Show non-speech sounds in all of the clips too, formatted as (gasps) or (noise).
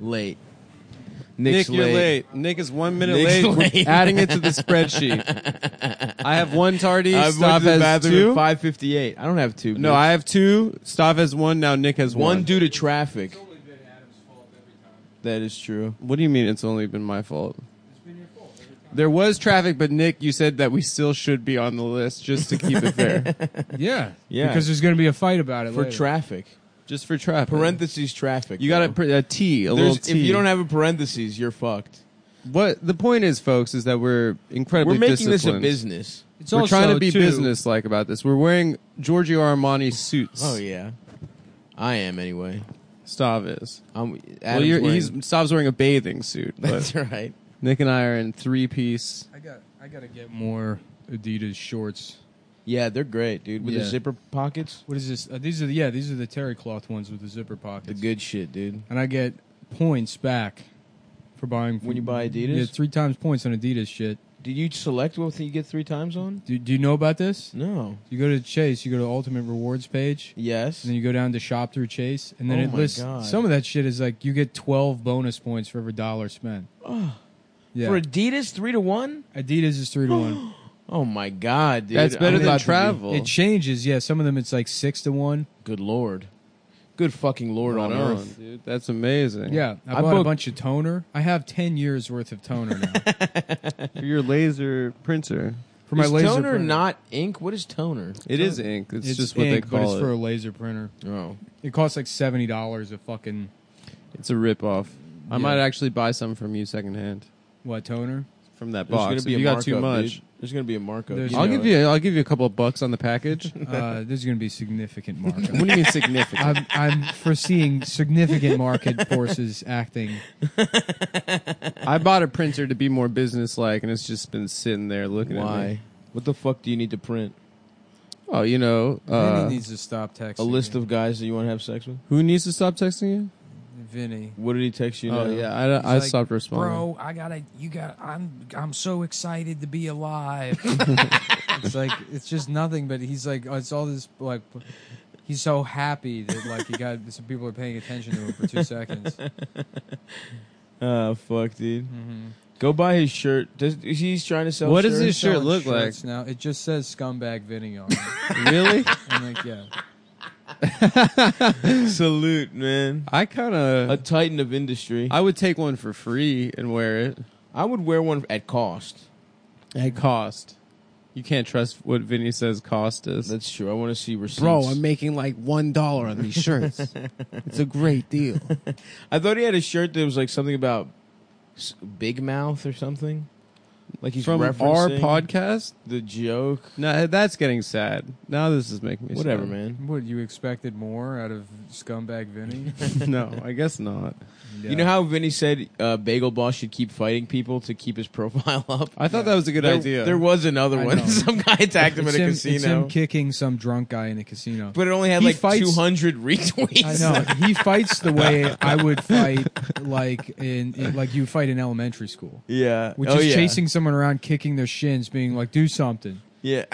late. Nick, Nick's you're late. Nick is one minute Nick's late. We're late. adding it to the spreadsheet. I have one tardy. I went Stav to the has bathroom two. at five fifty eight. I don't have two. No, bitch. I have two. Stav has one. Now Nick has one. one due to traffic. That is true. What do you mean? It's only been my fault. There was traffic, but Nick, you said that we still should be on the list just to keep it fair, Yeah. Yeah. Because there's going to be a fight about (laughs) it For later. traffic, just for traffic. parentheses traffic. you got a, though. pr- a T, a There's- little T. If you don't have a parentheses, you're fucked. what the point is, folks, is that we're incredibly We're making this a disciplined. business. It's We're also, trying to be too, business-like about this. We're wearing Giorgio Armani suits. Oh yeah, I am anyway. Stav is. I'm. well, Adam's you're, wearing- (laughs) he's Stav's wearing a bathing (laughs) suit. That's But right. Nick and I are in three-piece. I got I got to get more Adidas shorts. Yeah, they're great, dude. With the Yeah. zipper pockets, What is this? Uh, these are the, yeah, these are the terry cloth ones with the zipper the pockets. good shit, dude. and I get points back for buying When you buy Adidas? Yeah, three times points on Adidas shit. Did you select what thing you get three times on? Do, do you know about this? No. You go to Chase, you go to the Ultimate Rewards page, Yes. and then you go down to Shop Through Chase, and then Oh it my lists God. some of that shit is like you get twelve bonus points for every dollar spent. Oh. Yeah, For Adidas, three to one. Adidas is three (gasps) to one. (gasps) Oh my god, dude! That's better I'm than about to be- travel. it changes. Yeah, some of them it's like six to one. Good lord, good fucking lord on, Right earth. dude. That's amazing. Yeah, I, I bought a booked- bunch of toner. I have ten years worth of toner now for your laser printer. for my is laser toner printer. not ink? What is toner? It is ink. It's, it's just what ink, they call but it's it. for a laser printer. Oh, It costs like seventy dollars a fucking it's a rip off. I Yeah. might actually buy some from you secondhand what toner? from that there's box. gonna be if a you got too markup, much. dude. There's gonna be a markup. There's- I'll know give it. you. I'll give you a couple of bucks on the (laughs) package. Uh, there's going to be significant markup. what do you mean significant? I'm, I'm foreseeing significant market forces acting. I bought a printer to be more business like, and it's just been sitting there looking at me. Why? What the fuck do you need to print? Oh, you know, uh, Vinny needs to stop texting. A list of guys that you want to have sex with? who needs to stop texting you? Vinny. What did he text you? oh now? yeah, I, I like, stopped responding. Bro, I gotta. You got. I'm. I'm so excited to be alive. (laughs) it's like it's just nothing. But he's like. It's all this like. He's so happy that like he got some people are paying attention to him for (laughs) two seconds. Oh fuck, dude. Go buy his shirt. Does he's trying to sell? What shirts? is his shirt Selling look like? shirts Now it just says scumbag Vinny on. (laughs) (laughs) It. really? I'm like, yeah. Salute, man. I kind of. A titan of industry. I, I would take one for free and wear it would wear one at cost. at cost. You can't trust what Vinny says cost is. That's true. I want to see receipts. making like one dollar on (laughs) these shirts. it's a great deal. I thought he had a shirt that was like something about s- Big Mouth or something. Like he's From our referencing podcast? the joke. No, that's getting sad. Now this is making me Whatever, sad. man. What you expected more out of scumbag Vinny? (laughs) no, I guess not. (laughs) You know how Vinny said uh, Bagel Boss should keep fighting people to keep his (laughs) profile up. I thought that was a good there, idea. There was another I one. (laughs) know. Some guy attacked him it's in a him, it's casino, him kicking some drunk guy in a casino. but it only had He like fights- two hundred retweets. I know he fights the way I would fight, like in, in- like you fight in elementary school, (laughs) Yeah, which Oh, is yeah. chasing someone around, kicking their shins, being like, "Do something." Yeah,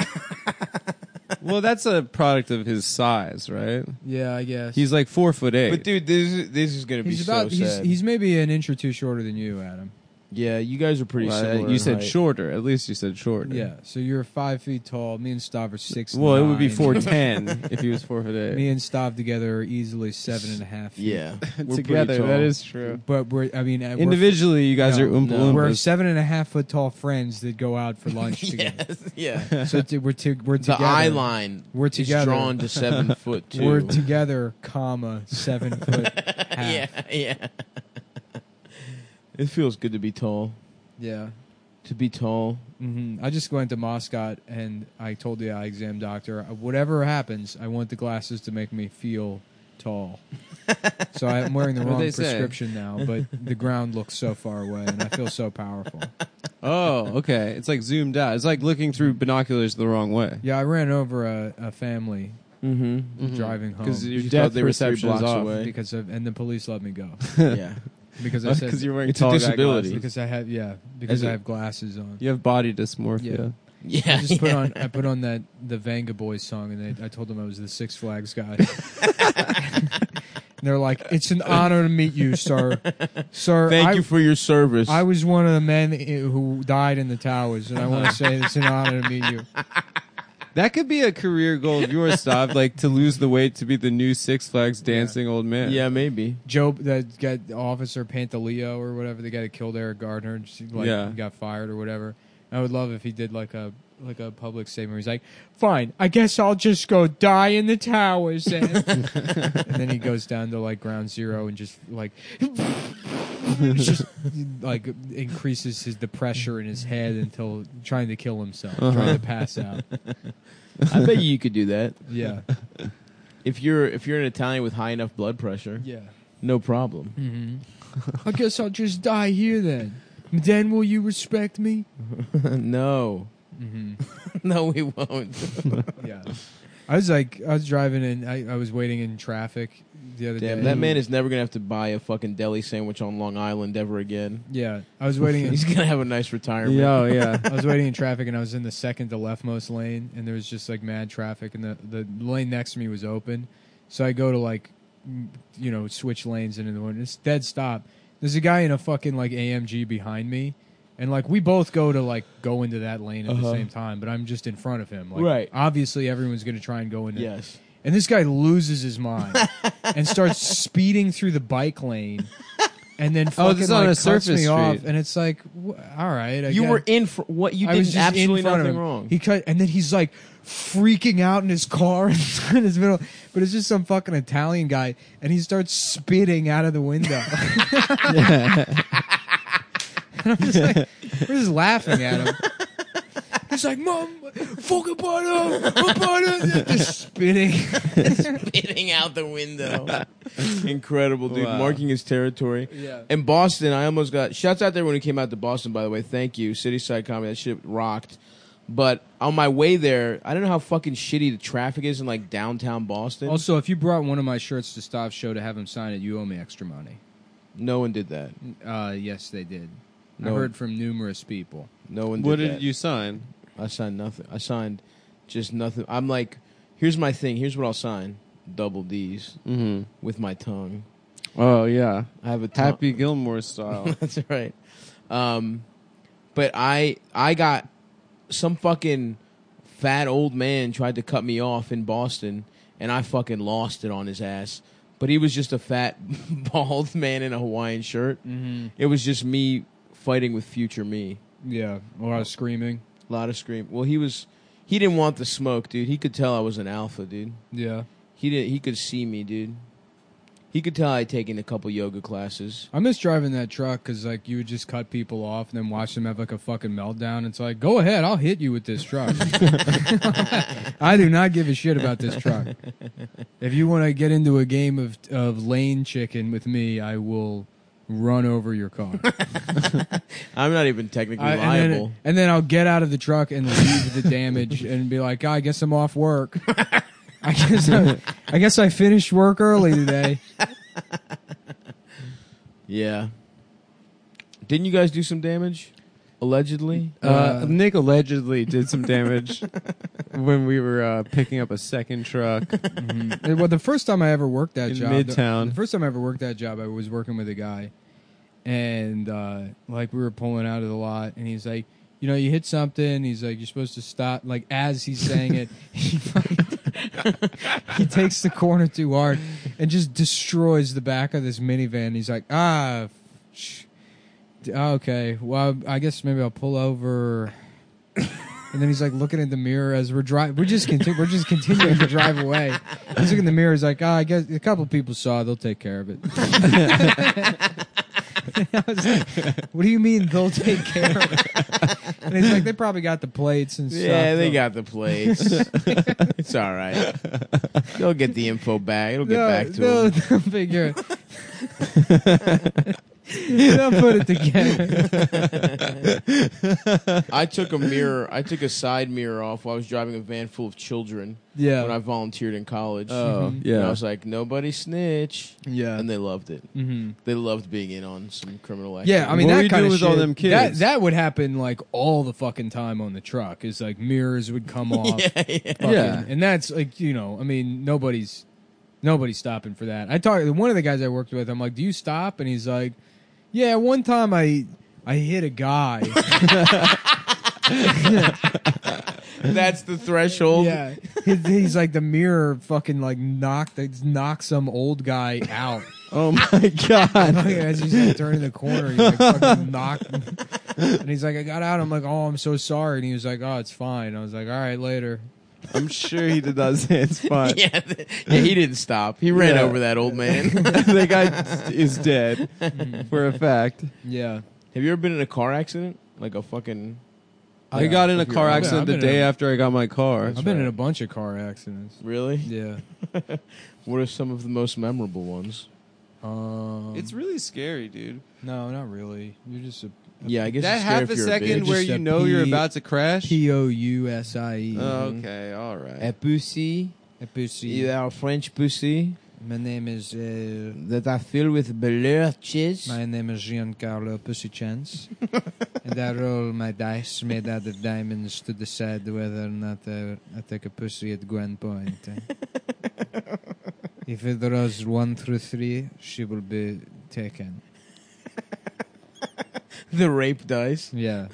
well, that's a product of his size, right? Yeah, I guess He's like four foot eight. but dude, this is, this is gonna he's be about so he's sad. he's maybe an inch or two shorter than you, Adam. yeah, you guys are pretty Well, similar. you in said height. shorter. At least you said shorter. Yeah, so you're five feet tall. Me and Stav are six. Well, it would be nine. (laughs) four ten if he was four foot Me eight. and Stav together are easily seven and a half. Feet. (laughs) Yeah, we're pretty Together, tall. that (laughs) is true. but we're I mean uh, we're Individually, you guys No, are oompa no. We're loompas. seven and a half foot tall friends that go out for lunch together. Yes, (laughs) yeah. (laughs) So t- we're to, we're The together. eye line We're is together. drawn to (laughs) seven foot 2 We're together, comma seven foot. (laughs) Half. yeah, yeah. (laughs) It feels good to be tall. yeah. To be (laughs) tall. hmm I just went to Moscot and I told the eye exam doctor, "Uh, whatever happens, I want the glasses to make me feel tall. so I'm (laughs) wearing the What'd wrong they say? prescription now, but the ground looks so far away and I feel so powerful. Oh, okay. It's like zoomed out. It's like looking through binoculars the wrong way. Yeah, I ran over a, a family Mm-hmm. driving home Because your You thought depth they were three perception is blocks off. away. because of, and the police let me go yeah. (laughs) because I said Because you're wearing It's a tall guy disability. glasses. because I have yeah because As a- I have glasses on. You have body dysmorphia. Yeah. I just put on I put on that (laughs) the Vanga Boys song, and they, I told them I was the Six Flags guy. and and they're like, "It's an honor to meet you, sir, sir." Thank I, you for your service. I was one of the men i- who died in the towers, and I Uh-huh. want to say it's an honor to meet you. That could be a career goal of yours, Stav, like to lose the weight to be the new Six Flags dancing old man. yeah, (laughs) maybe. Joe, that got Officer Pantaleo or whatever, the guy that killed Eric Gardner, and she, like Yeah. got fired or whatever. I would love if he did like a like a public statement. Where he's like, "Fine, I guess I'll just go die in the towers," then. and then he goes down to like ground zero and just like. just like increases his the pressure in his head until trying to kill himself, trying to pass out. I bet you could do that Yeah, if you're if you're an Italian with high enough blood pressure. yeah. No (laughs) problem. Mm-hmm. I guess I'll just die here then. Then will you respect me? no, (laughs) Mm-hmm. no, we won't. yeah. I was like, I was driving and I, I was waiting in traffic the other Damn, day. that man is never gonna have to buy a fucking deli sandwich on Long Island ever again. Yeah, I was (laughs) waiting. In, He's (laughs) gonna have a nice retirement. (laughs) Yeah, yeah. I was waiting in traffic and I was in the second to leftmost lane and there was just like mad traffic and the the lane next to me was open, so I go to like, m- you know, switch lanes into the one. It's dead stop. There's a guy in a fucking like AMG behind me. And like we both go to like go into that lane at the Uh-huh. same time, but I'm just in front of him. Like, Right. Obviously, everyone's going to try and go into Yes. And this guy loses his mind and starts speeding through the bike lane, and then fucking Oh, this is on like a cuts surface me off. street. And it's like, wh- all right, I You guess- were in for what you I did was just absolutely in front nothing of him. wrong. He cut, and then he's like freaking out in his car (laughs) in his middle. But it's just some fucking Italian guy, and he starts spitting out of the window. (laughs) and I'm just like, we're just laughing at him. He's like, "Mom, fucking butter, butter," just spitting. spitting out the window. (laughs) Incredible, dude. Wow. Marking his territory. Yeah. In Boston, I almost got shouts out there when we came out to Boston, by the way. Thank you. City side comedy. That shit rocked. But on my way there, I don't know how fucking shitty the traffic is in like downtown Boston. (laughs) Also, if you brought one of my shirts to Stav's show to have him sign it, you owe me extra money. no one did that. Uh, yes, they did. No. I heard from numerous people. No one did What that. did you sign? I signed nothing. I signed just nothing. I'm like, here's my thing. Here's what I'll sign. Double D's Mm-hmm. with my tongue. Oh yeah, I have a tongue. Happy Gilmore style. (laughs) That's right. Um, but I I got some fucking fat old man tried to cut me off in Boston, and I fucking lost it on his ass. But he was just a fat (laughs) bald man in a Hawaiian shirt. Mm-hmm. It was just me fighting with future me. Yeah, or I was screaming. A lot of scream. Well, he was he didn't want the smoke, dude. He could tell I was an alpha, dude. Yeah, He did. He could see me, dude. He could tell I'd taken a couple yoga classes. I miss driving that truck because like you would just cut people off and then watch them have like a fucking meltdown. It's like, go ahead, I'll hit you with this truck. (laughs) I do not give a shit about this truck. If you want to get into a game of of lane chicken with me, I will run over your car. I'm not even technically I- and, liable. then, and then I'll get out of the truck and leave the damage and be like, "Oh, I guess I'm off work. (laughs) I guess I, I guess I finished work early today. Yeah. Didn't you guys do some damage? Allegedly? Uh, Uh, Nick allegedly did some damage when we were uh, picking up a second (laughs) truck. And, Mm-hmm. Well, the first time I ever worked that In job, Midtown. The, the first time I ever worked that job, I was working with a guy, and uh, like we were pulling out of the lot, and he's like, "You know, you hit something." He's like, "You're supposed to stop." Like as he's saying it, (laughs) he, fucking- (laughs) he takes the corner too hard and just destroys the back of this minivan. He's like, "Ah." sh- oh, okay, well, I guess maybe I'll pull over. And then he's like looking in the mirror as we're driving. We're just conti- we're just continuing to drive away. He's looking in the mirror. He's like, oh, I guess a couple people saw. it. They'll take care of it. (laughs) I was like, what do you mean they'll take care of it? And he's like, they probably got the plates and stuff. yeah, they They'll- got the place. it's all right. They'll get the info back. It'll get no, back to no, them. they'll figure it. (laughs) they'll put it together. I took a mirror. I took a side mirror off while I was driving a van full of children Yeah. when I volunteered in college. Mm-hmm. Oh Mhm. And I yeah, was like, nobody snitch. yeah. And they loved it. mm-hmm. They loved being in on some criminal activity. Yeah, I mean What that do you kind do of with shit, all them kids? That that would happen like all the fucking time on the truck. Is (laughs) like mirrors would come (laughs) off. yeah, yeah. fucking- Yeah. and that's like you know, I mean nobody's Nobody's stopping for that. I talked one of the guys I worked with. I'm like, "Do you stop?" And he's like, "Yeah, one time I I hit (laughs) a guy." That's the Oh. threshold. yeah, He- he's like the mirror fucking like knocked knocked some old guy out. Oh my (laughs) (laughs) god. Like, as he's like, turning the corner, he's like fucking knocked. (laughs) And he's like, I got out. I'm like, oh, I'm so sorry. And he was like, oh, it's fine. I was like, all right, later. I'm sure he did not say it's fine. (laughs) Yeah, th- yeah, he didn't stop. He ran Yeah. over that old man. the guy is dead for a fact. Yeah. Have you ever been in a car accident? Like a fucking. I got in a if you're- car I've been- accident I've the been in day a- after I got my car. I've been in a bunch of car accidents. Really? Yeah. What are some of the most memorable ones? Um, It's really scary, dude. no, not really. You're just a Yeah, I guess That it's scary half if a you're second bitch. where Just you a know you're pee- about to crash. P O U S I E. Oh, okay, all right. pussy, you are French pussy My name is uh, that I fill with blur cheese. my name is Giancarlo Pussy Chance, and I roll my dice made out of diamonds to decide whether or not I, I take a pussy at gunpoint. if it rolls one through three, she will be taken. the rape dice. Yeah.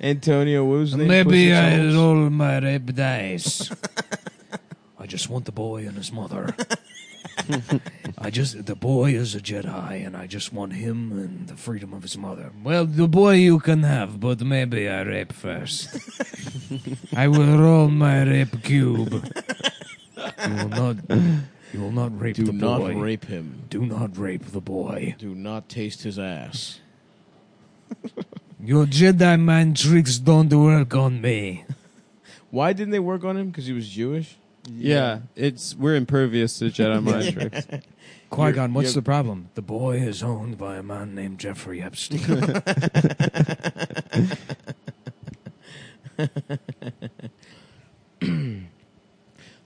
Antonio, what was his name? Pussy Maybe I Souls? roll my rape (laughs) dice. I just want the boy and his mother. (laughs) I just the boy is a Jedi, and I just want him and the freedom of his mother. Well, the boy you can have, but maybe I rape (laughs) first. I will roll my rape cube. You will not. You will not rape Do the not boy. rape him. Do not rape the boy. Do not taste his ass. Your Jedi mind tricks don't work on me. Why didn't they work on him? Because he was Jewish. Yeah, it's we're impervious to (laughs) Jedi mind tricks. Qui Gon, what's you're- the problem? The boy is owned by a man named Jeffrey Epstein.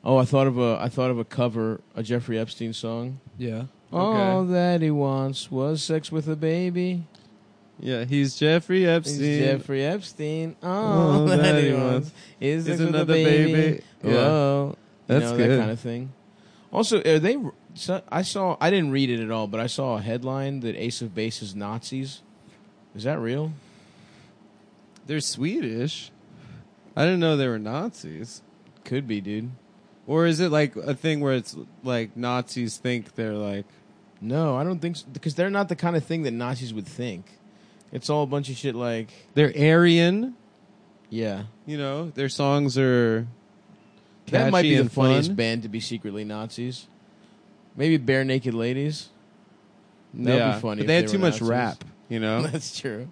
Oh, I thought of a I thought of a cover, a Jeffrey Epstein song. yeah. All that he wants was sex with a baby. Yeah, he's Jeffrey He's Epstein. Jeffrey Epstein. All Oh, that, he wants is sex with Is a another baby. baby. Yeah, Whoa, You that's know, good. That kind of thing. Also, are they? so- I saw. I didn't read it at all, but I saw a headline that Ace of Base is Nazis. Is that real? They're Swedish. I didn't know they were Nazis. Could be, dude. Or is it like a thing where it's like Nazis think they're like No, I don't think so. Because they're not the kind of thing that Nazis would think. It's all a bunch of shit like, they're Aryan? yeah. You know, their songs are that might catchy be the and fun. funniest band to be secretly Nazis. Maybe Bare Naked Ladies. That would yeah, be funny. But if they had were too much Nazis. rap. You know, (laughs) That's true.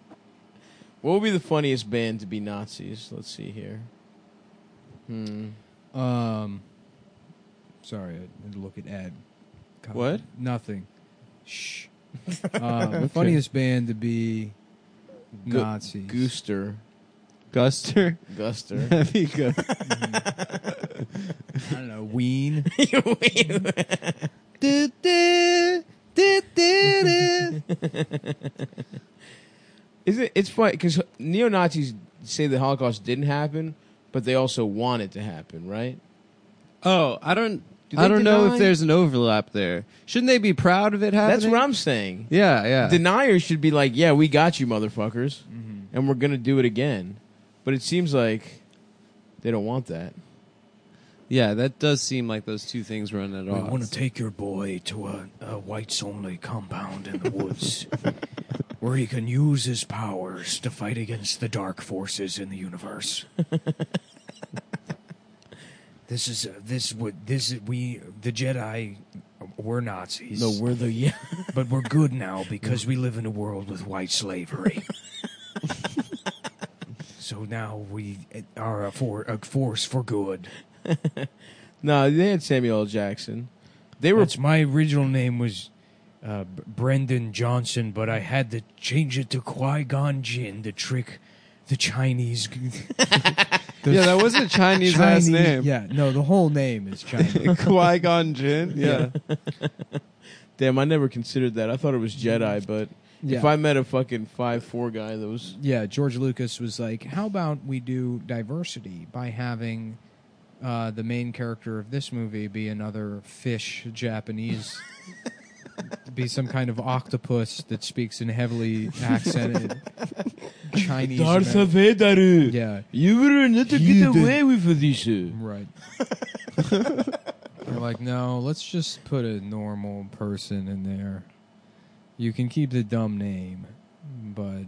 What would be the funniest band to be Nazis? Let's see here. Hmm. Um, sorry, I had to look at Ed. God, What? Nothing. Shh. Uh, the funniest band to be Go- Nazis. Gooster. Guster. (laughs) (laughs) Guster. That'd be good. (laughs) I don't know. Ween. (laughs) Is it? It's funny because neo Nazis say the Holocaust didn't happen, but they also want it to happen, right? oh, I don't. Do they I don't know deny? if there's an overlap there. Shouldn't they be proud of it happening? That's what I'm saying. Yeah, yeah. Deniers should be like, "Yeah, we got you, motherfuckers, and we're gonna do it again." But it seems like they don't want that. yeah, that does seem like those two things run at We want to odds. take your boy to a, a whites only compound in the woods (laughs) where he can use his powers to fight against the dark forces in the universe. this is this would this is we the Jedi we're Nazis. we're the yeah. but we're good now because we live in a world with white slavery. (laughs) so now we are a, for, a force for good. No, they had Samuel L. Jackson. They were That's my original name was uh, B- Brendan Johnson, but I had to change it to Qui Gon Jinn to trick the Chinese. (laughs) yeah, that wasn't a Chinese, last name. Yeah. No, the whole name (laughs) is Chinese. Qui Gon Jinn. Yeah. damn. I never considered that. I thought it was Jedi, but Yeah. if I met a fucking five four guy that was yeah. George Lucas was like, "How about we do diversity by having uh, the main character of this movie be another fish Japanese, (laughs) be some kind of octopus that speaks (laughs) in heavily accented Chinese. Ameri- Vader. yeah, You were not to You did. with this. (laughs) right. They're like, no, let's just put a normal person in there. You can keep the dumb name, but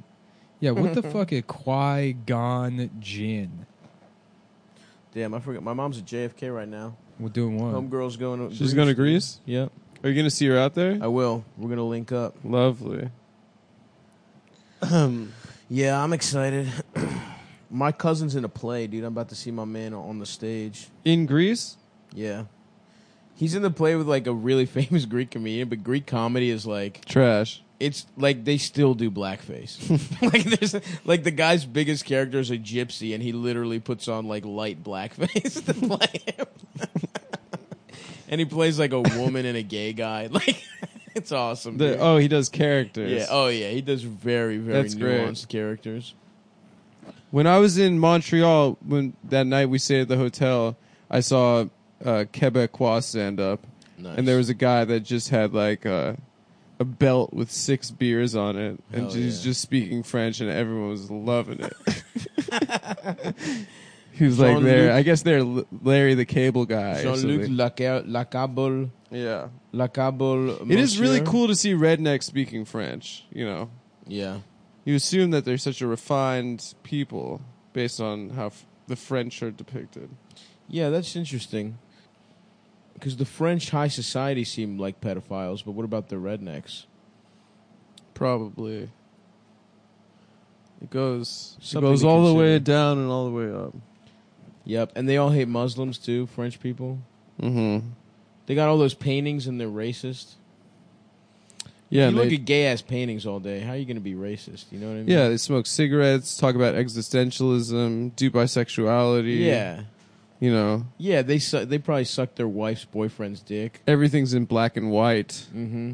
yeah, what (laughs) the fuck is Qui Gon Jin? Damn, I forgot. My mom's at JFK right now. We're doing what? Homegirl's going. To She's going to Greece. Yep. Are you going to see her out there? I will. We're gonna link up. Lovely. Yeah, I'm excited. my cousin's in a play, dude. I'm about to see my man on the stage. In Greece, Yeah. He's in the play with like a really (laughs) famous Greek comedian, but Greek comedy is like trash. it's like they still do blackface. (laughs) like there's like the guy's biggest character is a gypsy, and he literally puts on like light blackface (laughs) to play him. (laughs) and he plays like a woman and a gay guy. (laughs) Like it's awesome. The, dude. oh, he does characters. yeah. Oh yeah. He does very very That's great. nuanced characters. When I was in Montreal, when that night we stayed at the hotel, I saw uh, Quebecois stand up, Nice. and there was a guy that just had like a, a belt with six beers on it, and Hell he was yeah. just speaking French, and everyone was loving it. (laughs) he was like, Jean-Luc- "There, I guess they're L- Larry the Cable Guy." or Jean-Luc something. Laca- Lacable. yeah, Lacable. it is really Monsieur. cool to see rednecks speaking French. You know, Yeah. you assume that they're such a refined people based on how f- the French are depicted. Yeah, that's interesting. Because the French high society seemed like pedophiles, but what about the rednecks? Probably. It goes it Something goes to all the way consider. down and all the way up. Yep, and they all hate Muslims too. French people. Mm-hmm. They got all those paintings and they're racist. Yeah, you and look they, at gay ass paintings all day. How are you going to be racist? You know what I mean? yeah, they smoke cigarettes, talk about existentialism, do bisexuality. yeah, you know yeah. They su- they probably suck their wife's boyfriend's dick. everything's in black and white. Mm-hmm.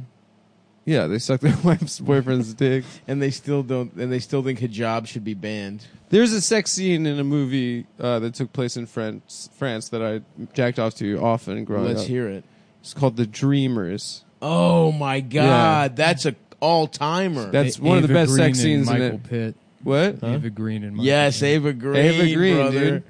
Yeah, they suck their (laughs) wife's boyfriend's dick. And they still don't. And they still think hijab should be banned. There's a sex scene in a movie uh, that took place in France, France that I jacked off to often growing Let's up. hear it. It's called The Dreamers. Oh my God, that's a all timer. That's one of the Ava best Green sex and scenes in Michael it. Pitt. What? Ava Green and Michael Yes, Pitt. Ava Green. Ava Green, brother. dude.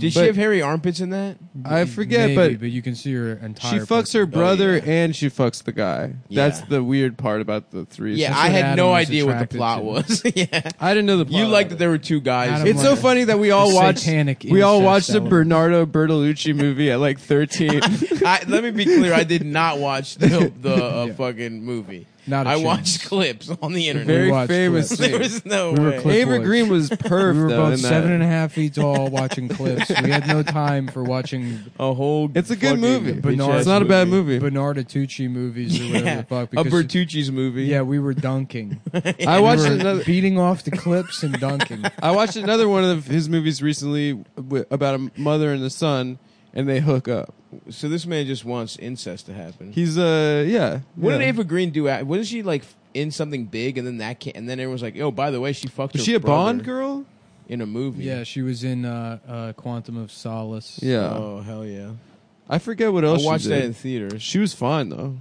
Did she But- have hairy armpits in that? I forget, Maybe, but but you can see her She entire. fucks her person. brother yeah. and she fucks the guy. Yeah. That's the weird part about the three. Yeah, That's I what had no Adam was idea what the attracted plot to. was. (laughs) yeah, I didn't know the. Plot you liked about that there were two guys. Adam it. It's so Like, funny that we all the watched. satanic We all incest watched the element. Bernardo Bertolucci movie at like (laughs) thirteen. I, let me be clear. I did not watch the, the uh, fucking movie. Not a I chance. watched clips on the internet. Very watched famous. (laughs) clips. there Scene. was no We were way. clip Ava boys. Green was perf. We were though, both in that. seven and a half feet tall watching clips. We had no time for (laughs) watching a whole. It's a fucking good movie. bitch-ass it's not a bad movie. Bernard Tucci movies or whatever Yeah, the fuck. a Because Bertucci's movie. yeah, we were dunking. I watched we were another. beating off the clips and (laughs) dunking. I watched another one of his movies recently wi- about a mother and a son, and they hook up. So this man just wants incest to happen. He's uh yeah. what yeah. did Ava Green do? At, wasn't she like in something big, and then that can and then everyone's like, "Oh, by the way, she fucked." Was her she a brother Bond girl? in a movie? Yeah, she was in uh, uh, Quantum of Solace. Yeah. Oh hell yeah! I forget what I else. watched she that did. in theaters. She was fine though.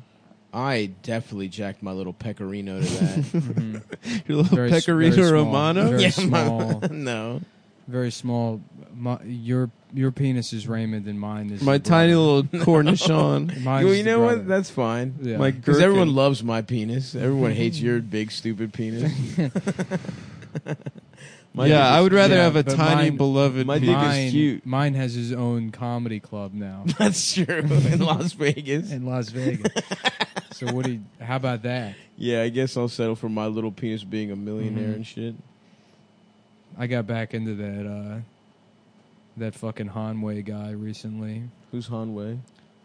I definitely jacked my little pecorino to that. Your little Very s- Pecorino very small. Romano. (laughs) Very Yeah, my- small. (laughs) no. Very small. My, your your penis is Raymond and mine is My the brother. tiny little cornichon. Mine's well, the you know brother. what? That's fine. Yeah. My Because gherkin. everyone loves my penis. Everyone hates your big stupid penis. My yeah, I dick would rather yeah, have a but tiny mine- beloved. my dick is mine, cute. Mine has his own comedy club now (laughs) is- (laughs) That's true. In Las Vegas. in Las Vegas. so what do you, how about that? Yeah, I guess I'll settle for my little penis being a millionaire Mhm. and shit. I got back into that uh that fucking Hanway guy recently. Who's (laughs) Hanway?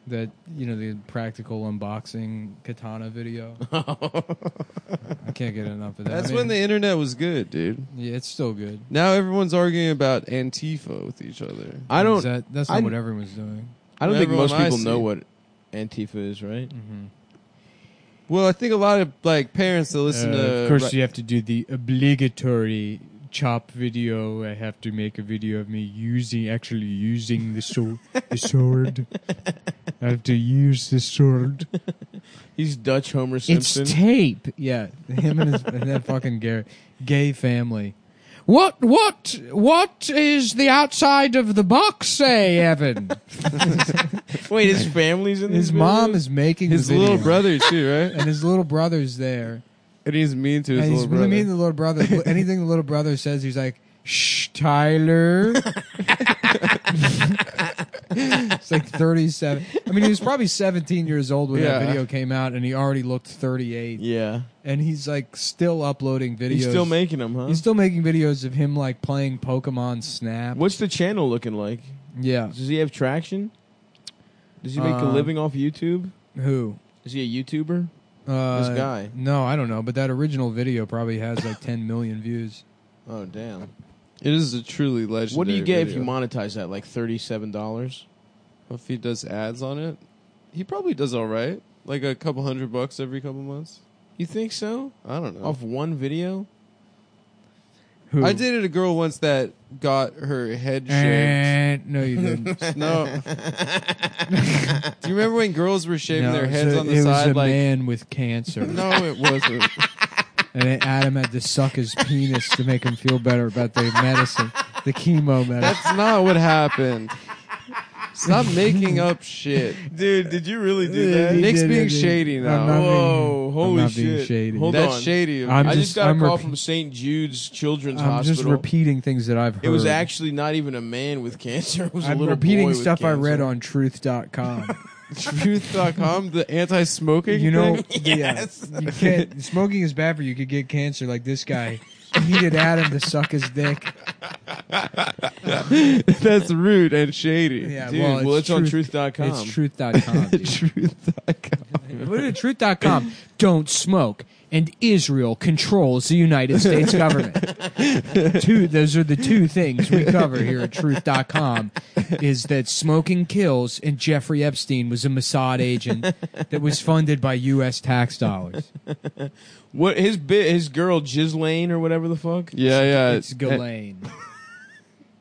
That you know the practical unboxing katana video. I can't get enough of that. That's I mean, when the internet was good, dude. yeah, it's still good. Now everyone's arguing about Antifa with each other. I don't. Is that, that's not I- what everyone's doing. I don't think Everyone most I people see. know what Antifa is, right? Mm-hmm. Uh, Well, I think a lot of like parents that listen to have to do the obligatory chop video. I have to make a video of me using, actually using the, so- (laughs) the sword. I have to use the sword. He's Dutch Homer It's Simpson. tape. Yeah, him and, his, and that fucking gay, gay family. What what what is the outside of the box say, Evan? (laughs) Wait, his family's in (laughs) His these mom videos? is making His the video, little brother too, right? (laughs) and his little brother's there. And he's mean to his and he's little brother. really mean to the little brother. (laughs) Anything the little brother says, he's like, (laughs) "Shh, Tyler." it's like thirty-seven. I mean, he was probably seventeen years old when that Yeah. video came out, and he already looked thirty-eight. (laughs) Yeah, And he's like still uploading videos. he's still making them, huh? He's still making videos of him like playing Pokemon Snap. What's the channel looking like? Yeah. Does he have traction? Does he make a Uh, living off YouTube? Who? Is he a YouTuber? This Uh, guy. No, I don't know, but that original video probably has like 10 million views. Oh damn! It is a truly legendary. What do you get if video. you monetize that? Like thirty-seven dollars. If he does ads on it, he probably does all right. Like a couple hundred bucks every couple months. You think so? I don't know. Off one video? Who? I dated a girl once that got her head shaved. Eh, no, you (laughs) didn't. no. do you remember when girls were shaving No, their it was heads a- on it the side? was a like, man with (laughs) cancer, no, it wasn't. and Adam had to suck his penis to make him feel better about (laughs) the medicine, the chemo medicine. That's not what happened. Stop making up (laughs) shit. Dude, did you really He Nick's did, being he did. shady I'm now. not being- Whoa, I'm holy not being shit. shady. Hold That's on. shady. of I'm you. I just, just- got a I'm call repeat- from St. Jude's Children's Um, I'm just Hospital. repeating things that I've heard. it was actually not even a man with (laughs) cancer. It was a I'm little boy repeating with stuff I read cancer. on Truth.com. Truth.com, the anti-smoking. you know, thing? Yes. (laughs) yeah, you can't. Smoking is bad for you. You could get cancer, like this guy. He needed Adam to suck his dick. (laughs) that's rude and shady. Yeah, Dude, well, well, it's it's, on truth- truth.com. (laughs) It's truth.com. Dude. Truth.com. Go to truth.com. Don't smoke. And Israel controls the United States government. two, those are the two things we cover here at truth.com is that smoking kills and Jeffrey Epstein was a Mossad agent that was funded by US tax dollars. What his bit his girl Ghislaine or whatever the fuck? Yeah, yeah. (laughs) It's Ghislaine.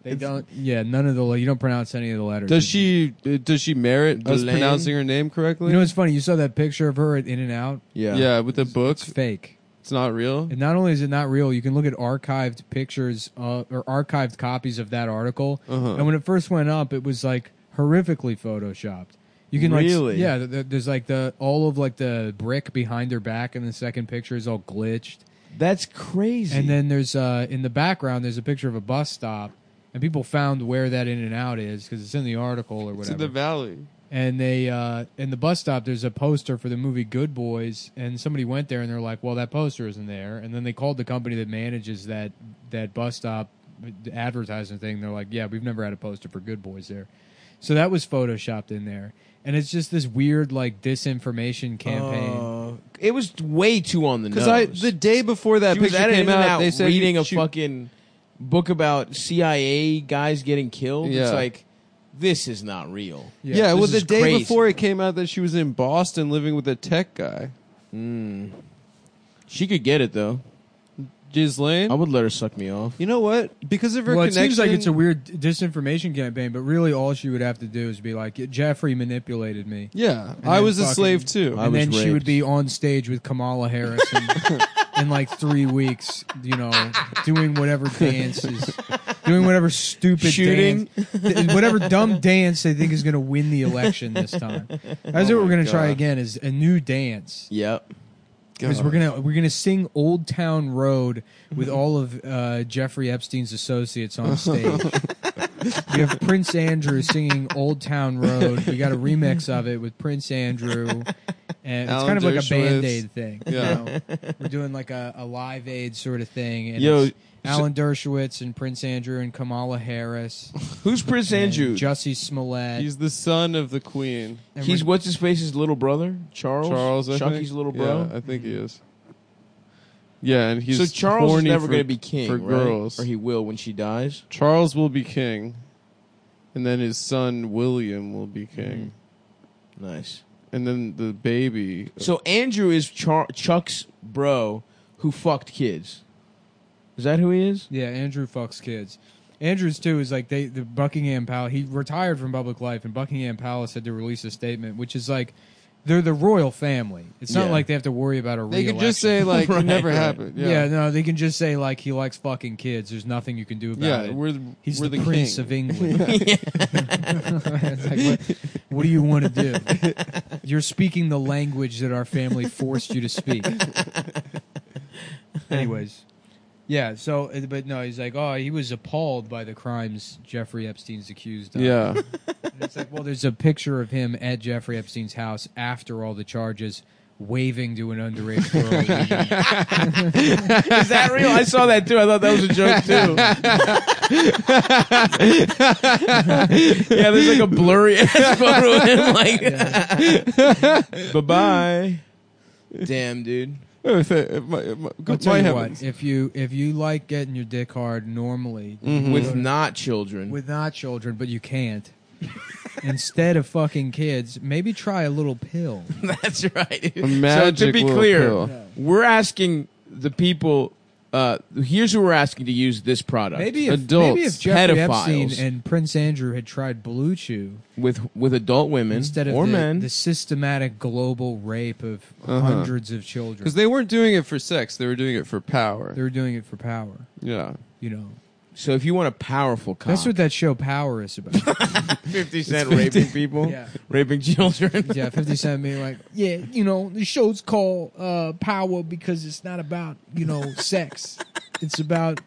They don't Yeah, none of the you don't pronounce any of the letters. Does she uh, does she merit us Delane? pronouncing her name correctly? You know it's funny, you saw that picture of her at In and Out? Yeah. yeah. with the book, It's fake. it's not real. And not only is it not real, you can look at archived pictures uh, or archived copies of that article. Uh-huh. And when it first went up, it was like horrifically photoshopped. You can like, Really? s- yeah. th- th- There's like the all of like the brick behind her back, and the second picture is all glitched. That's crazy. And then there's uh in the background there's a picture of a bus stop, and people found where that in and out is because it's in the article or It's whatever in the valley. and they uh in the bus stop there's a poster for the movie good boys and somebody went there and they're like well that poster isn't there and then they called the company that manages that that bus stop advertising thing they're like yeah we've never had a poster for good boys there so that was photoshopped in there and it's just this weird like disinformation campaign Uh, it was way too on the nose. Because I the day before that she was picture at came in out, they said reading a she- fucking book about CIA guys getting killed. Yeah. It's like this is not real. Yeah, well, this the is day crazy. before it came out that she was in Boston living with a tech guy, She could get it though. I Ghislaine. would let her suck me off. You know what? Because of her well, it connection, seems like it's a weird disinformation campaign, but really all she would have to do is be like, "Jeffrey manipulated me," yeah. And I then was a fucking- slave too. I was and then she would raped. be on stage with Kamala Harris (laughs) in, in like three weeks, you know, doing whatever dances, doing whatever stupid Shooting. dance, th- whatever dumb dance they think is going to win the election this time. That's what we're Oh going to try again is a new dance Yep. because we're gonna we're gonna sing Old Town Road with all of uh, Jeffrey Epstein's associates on stage. we have Prince Andrew singing Old Town Road. We got a remix of it with Prince Andrew, and it's Alan kind of like a Dershowitz. Band Aid thing. you Yeah. know? we're doing like a, a Live Aid sort of thing. And Yo, it's Alan Dershowitz and Prince Andrew and Kamala Harris, Who's Prince Andrew? and Jussie Smollett. He's the son of the queen, and He's we're- what's his face's little brother, Charles. Charles. I Chucky's think. little bro. Yeah, I think he is. Yeah, and he's so Charles is horny never for- going to be king for right? girls. or he will when she dies. Charles will be king, and then his son William will Hmm. be king, Nice. and then the baby. So Andrew is Char- Chuck's bro who fucked kids. Is Is that who he is? Yeah, Andrew fucks kids. Andrews too is like they the Buckingham Palace. He retired from public life, and Buckingham Palace had to release a statement, which is like they're the royal family. It's not Yeah. like they have to worry about a. They could just reelection. say (laughs) like Right, it never right. happened. yeah. Yeah, no, they can just say like he likes fucking kids. There's nothing you can do about yeah. it. We're the, He's we're the, prince king. (laughs) of England. It's like, what, what do you want to do? You're speaking the language that our family forced you (laughs) to speak. Anyways, yeah. So, uh, but no, he's like, oh, he was appalled by the crimes Jeffrey Epstein's accused of. Yeah, (laughs) And it's like, well, there's a picture of him at Jeffrey Epstein's house after all the charges, waving to an underage (laughs) girl. (laughs) Is that real? I saw that too. I thought that was a joke (laughs) too. yeah, there's like a blurry (laughs) ass photo of him like (laughs) Bye bye. Damn, dude. If I- if my, if my, I'll good- tell my you heavens. what, if you if you like getting your dick hard normally, With not children. with not children, but you can't. Instead of fucking kids, maybe try a little pill. (laughs) That's right. so to magic be little clear, pill. we're asking the people. Uh, here's who we're asking to use this product. Uh, Maybe if, Adults, maybe if Jeffrey Epstein pedophiles. and Prince Andrew had tried Blue Chew with with adult women instead of or the, men. Uh-huh. the systematic global rape of hundreds of children. Because they weren't doing it for sex, they were doing it for power. They're doing it for power, yeah, you know. so if you want a powerful cop, That's what that show Power is about. Fifty Cent raping people, Yeah. raping children. yeah, 50 Cent being like, yeah, you know, the show's called uh, Power because it's not about, you know, sex. It's about,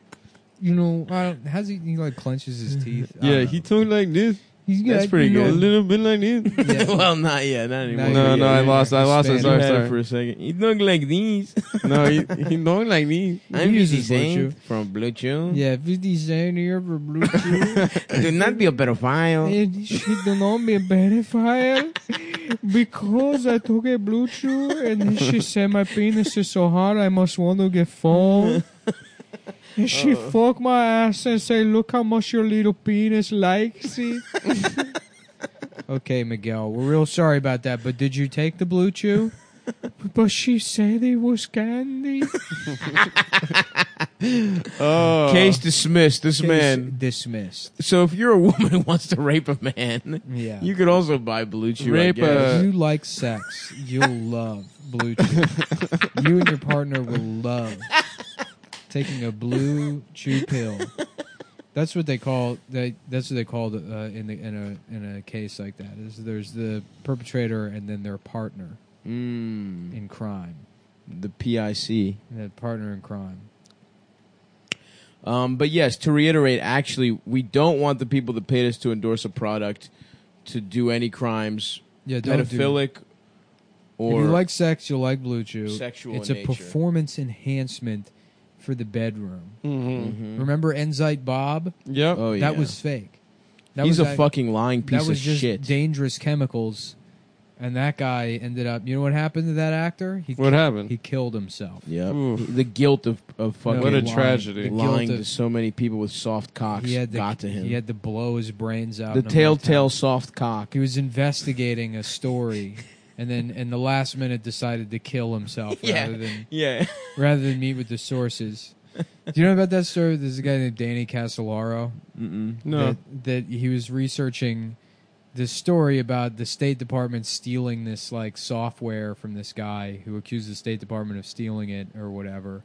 you know, I don't, how's he, he like clenches his teeth? I yeah. don't know. He talked like this. He's That's got, pretty you good. know, a little bit like this. (laughs) (laughs) Yeah. well, not yet, not anymore. you- no, no, I lost, I lost. I'm Sorry, Spanish. sorry, had it for sorry. a second. You look like these. no, he, he don't like me. (laughs) I'm Fifty uses Blue Chew. Cent from Blue Chew. Yeah, 50 Cent here for Blue Chew. Do not be a (laughs) pedophile. and she do not be a pedophile because I took a Blue Chew and she said my penis is so hard I must want to get full. And she fucked my ass and say, look how much your little penis likes it. okay, Miguel, we're real sorry about that, but did you take the Blue Chew? But she said it was candy. Oh, Case dismissed. This man. dismissed. So if you're a woman who wants to rape a man, Yeah. you could also buy Blue Chew. I Rape a- guess. if you like sex, you'll love blue chew. you and your partner will love taking a blue chew pill. That's what they call they, That's what they called uh, in the in a in a case like that. Is there's the perpetrator and then their partner Mm, in crime. the PIC. And that partner in crime. Um, but yes, to reiterate, actually, we don't want the people that paid us to endorse a product to do any crimes, Yeah, don't do. pedophilic If or you like sex, you'll like blue chew. Sexual It's a in nature. performance enhancement for the bedroom. hmm Remember Enzyte Bob? Yep. Oh, That yeah. was fake. That He's was a act- fucking lying piece that was of just shit. dangerous chemicals and that guy ended up you know what happened to that actor he what happened? he killed himself yeah, Oof. the guilt of, of fucking What a lying. tragedy. The guilt lying of- to so many people with soft cocks he had to, got to him. he had to blow his brains out the in a motel. telltale soft cock. he was investigating a story and then in the last minute decided to kill himself (laughs) Yeah. rather than Yeah, rather than meet with the sources do you know about that story there's a guy named danny castellaro Mm-mm. no. that, that he was researching this story about the State Department stealing this like software from this guy who accused the State Department of stealing it or whatever.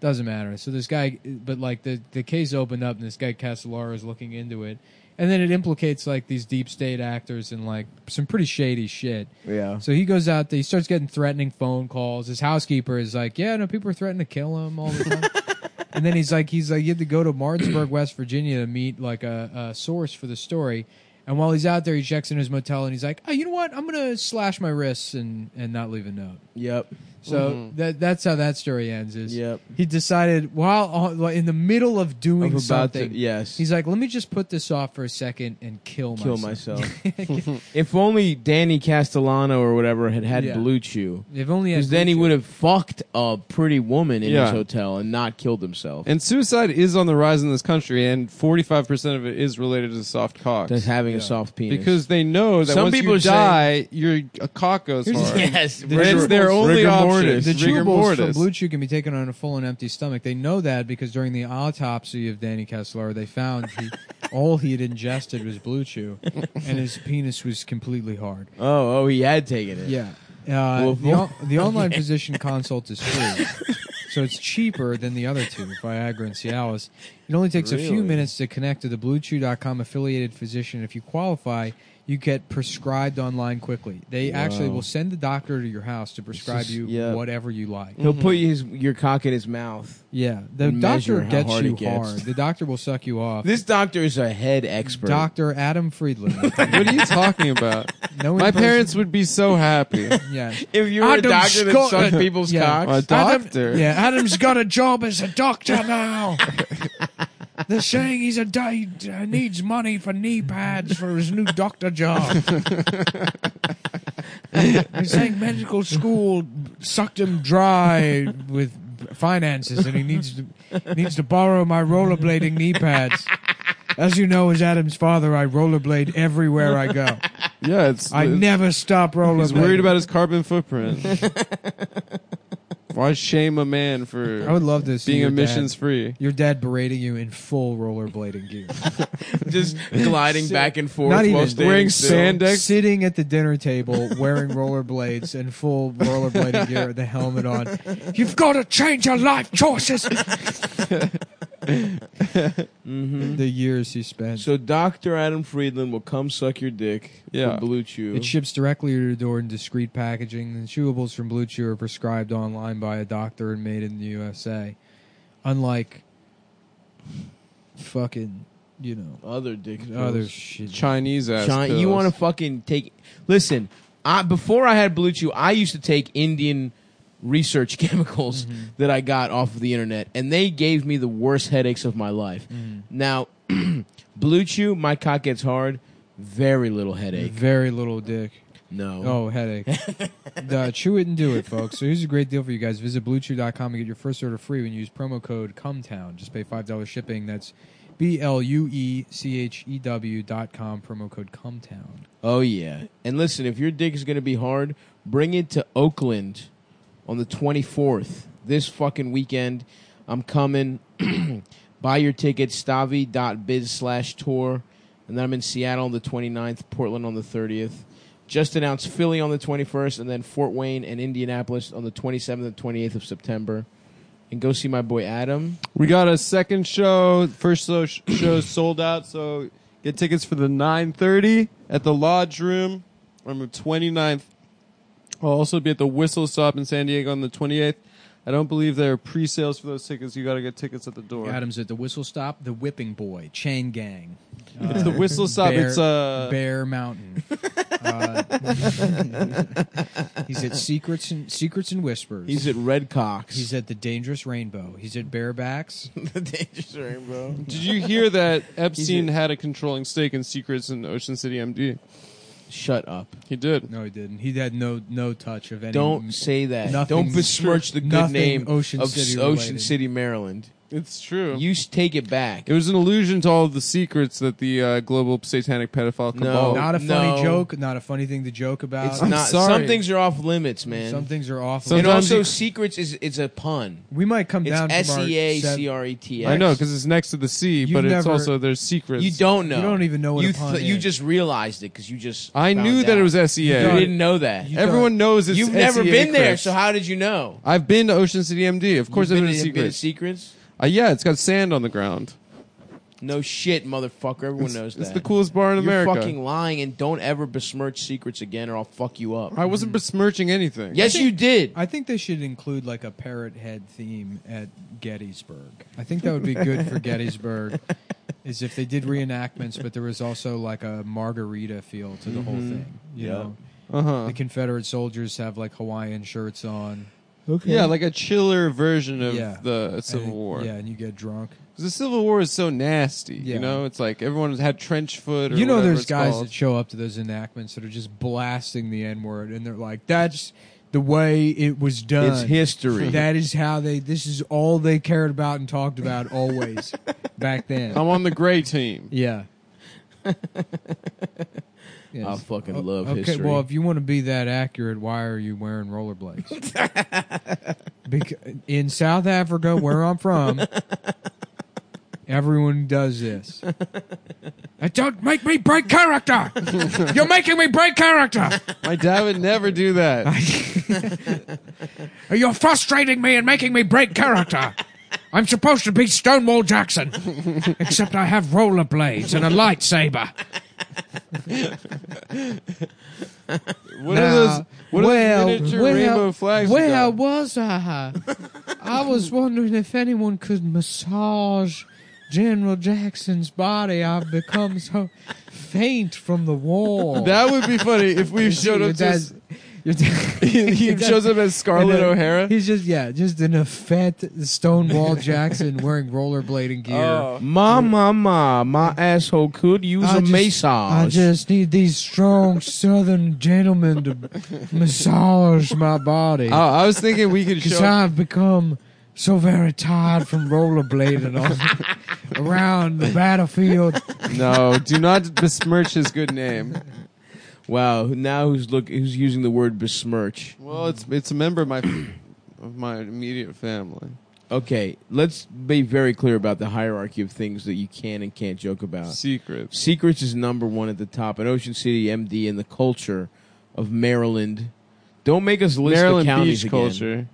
Doesn't matter. So this guy, but like the the case opened up, and this guy Castellaro is looking into it, and then it implicates like these deep state actors and like some pretty shady shit. (laughs) yeah. So he goes out there, he starts getting threatening phone calls. His housekeeper is like, Yeah, no, people are threatening to kill him all the time. (laughs) and then he's like, He's like, You have to go to Martinsburg, West Virginia to meet like a, a source for the story. And while he's out there, he checks in his motel and he's like, Oh, you know what? I'm going to slash my wrists and, and not leave a note. Yep. So Mm-hmm. that that's how that story ends. Is Yep. he decided while on- like, in the middle of doing Of about something, to, yes. he's like, let me just put this off for a second and kill kill myself. myself. (laughs) (laughs) if only Danny Castellano or whatever had had Yeah. Blue Chew. If only I Because then he knew. would have fucked a pretty woman in Yeah. his hotel and not killed himself. And suicide is on the rise in this country, and 45% of it is related to soft cocks. That's having Yeah. a soft penis. because they know that Some once people you are saying- die, your a cock goes hard. yes, And it's their only rigor mortis mortis. The rigor chewables from mortis. Blue Chew can be taken on a full and empty stomach. They know that because during the autopsy of Danny Kessler, they found he, all he had ingested was Blue Chew, and his penis was completely hard. Oh, oh, he had taken it. Yeah. Uh, Well, the, on- (laughs) the online physician consult is free. So it's cheaper than the other two, Viagra and Cialis. It only takes a few Really? minutes to connect to the BlueChew.com affiliated physician. If you qualify, you get prescribed online quickly. They actually Wow. will send the doctor to your house to prescribe just- you yeah. whatever you like. He'll Mm-hmm. put his your cock in his mouth. Yeah, the And doctor measure how gets hard you it gets. hard. The doctor will suck you off. This doctor is a head expert. Doctor (laughs) Adam Friedland. (laughs) what are you talking about? No My in-person- (laughs) parents would be so happy. Yeah. if you're a Adam doctor Scott- that sucks people's (laughs) Yeah. A cocks, doctor. Yeah. Adam's got a job as a doctor (laughs) now. They're saying he's a day uh, needs money for knee pads for his new doctor job. (laughs) They're saying medical school sucked him dry with finances and he needs to needs to borrow my rollerblading knee pads. As you know, as Adam's father, I rollerblade everywhere I go. Yeah, it's. I it's- never stop rollerblading. He's worried about his carbon footprint. Why shame a man for I would love to see being your dad- emissions free? Your dad berating you in full (laughs) rollerblading gear, (laughs) just gliding back and forth, Not while even- standing Wearing still. spandex. sitting at the dinner table wearing rollerblades and full rollerblading gear, the helmet on. You've got to change your life (laughs) choices. Mm-hmm. The years he spent. So Doctor Adam Friedland will come suck your dick. Yeah. for Blue Chew. It ships directly to your door in discreet packaging. The chewables from Blue Chew are prescribed online by a doctor and made in the USA. Unlike fucking, you know, Other dick. pills. other shit. Chinese ass. Sean, you want to fucking take? Listen, I, before I had Blue Chew, I used to take Indian research (laughs) chemicals that I got off of the internet, and they gave me the worst headaches of my life. Now, (clears throat) Blue Chew, my cock gets hard, very little headache. Very little dick. No, Mm-hmm. Oh, headache. Duh, chew it and do it, folks. So here's a great deal for you guys. Visit bluechew.com and get your first order free when you use promo code CUMTOWN. Just pay $5 shipping. That's B L U E C H E W dot com, promo code CUMTOWN. oh yeah. And listen, if your dick is gonna be hard, bring it to Oakland on the twenty fourth this fucking weekend. I'm coming. (clears throat) Buy your tickets, stavi.biz slash tour. And then I'm in Seattle on the 29th, Portland on the 30th. Just announced Philly on the 21st, and then Fort Wayne and Indianapolis on the 27th and 28th of September. And go see my boy Adam. We got a second show. First show, show sold out. So get tickets for the 9:30 at the Lodge Room on the 29th. I'll also be at the Whistle Stop in San Diego on the 28th. I don't believe there are pre-sales for those tickets. You got to get tickets at the door. Adam's at the whistle stop, the whipping boy, (laughs) chain gang. It's the Whistle Stop. Bear- it's uh, Bear (laughs) Mountain. uh, he's at Secrets and Secrets and Whispers. He's at Red Cox. He's at the Dangerous Rainbow. He's at Barebacks. (laughs) the Dangerous Rainbow. Did you hear that Epstein had a controlling stake in Secrets in Ocean City MD? Shut up. He did. No, he didn't. He had no no touch of any. Don't say that. nothing- Don't besmirch the good nothing name Ocean of City Ocean related. City, Maryland. It's true. You s- take it back. it was an allusion to all of the secrets that the uh, global satanic pedophile No. cabal. not a funny No. joke. Not a funny thing to joke about. It's I'm not. sorry. Some things are off limits, man. Some things are off. Some- and Sometimes also, you- secrets is it's a pun. we might come It's down. S from our E A set- C R E T S. I know because it's next to the sea, You've but it's never- also there's secrets. you don't know. You don't even know what you a pun You is. just realized it because you just. I found knew that out. it was You SEA. didn't know that. You Everyone knows it's. E You've never SEA been there, Chris. so how did you know? I've been to Ocean City MD. Of course, You've I've been, been to to- been to secrets. secrets. Uh, yeah, it's got sand on the ground. No shit, motherfucker. Everyone knows It's that. the coolest bar in You're America. fucking lying, and don't ever besmirch secrets again, or I'll fuck you up. I wasn't besmirching anything. Mm-hmm. yes, you did. I think they should include like a parrot head theme at Gettysburg. I think that would be (laughs) good for Gettysburg. Is if they did reenactments, but there was also like a margarita feel to the whole thing. Mm-hmm. You Yeah. know, Uh huh. the Confederate soldiers have like Hawaiian shirts on. Yeah, like a chiller version of Yeah. the Civil and- War. Yeah, and you get drunk. 'Cause the Civil War is so nasty. Yeah. You know, it's like everyone's had trench foot. Or You know, whatever there's it's guys called. that show up to those enactments that are just blasting the N word, and they're like, "That's the way it was done. It's history. (laughs) That is how they. This is all they cared about and talked about always (laughs) back then." (laughs) I'm on the gray team. Yeah. Oh, I Yes. fucking O- love okay, history. well, if you want to be that accurate, why are you wearing (laughs) rollerblades? because in South Africa, where I'm from, everyone does this. And Don't make me break character. You're making me break character. My dad would never (laughs) do that. You're frustrating me and making me break character. I'm supposed to be Stonewall Jackson, except I have rollerblades and a lightsaber. What are those? What well, are those miniature well, rainbow flags? you Where got? was I? I was wondering if anyone could massage General Jackson's body. I've become so faint from the war. (laughs) that would be funny if we (laughs) showed up. To, s- your (laughs) dad- (laughs) he he your dad- shows up as Scarlett and, uh, O'Hara. He's just yeah, just an effete (laughs) Stonewall Jackson wearing rollerblading gear. Oh, Ma, ma, ma, my asshole could use a massage. I just need these (laughs) strong Southern gentlemen to massage my body. Oh, I was thinking we could Because show. up- I've become so very tired from rollerblading all (laughs) around the battlefield. No, do not besmirch his good name. wow, now who's look? Who's using the word besmirch? Well, it's it's a member of my of my immediate family. Okay, let's be very clear about the hierarchy of things that you can and can't joke about. Secrets. Secrets is number one at the top, and Ocean City, MD, and the culture of Maryland. Don't make us list Maryland the counties Beach again. culture.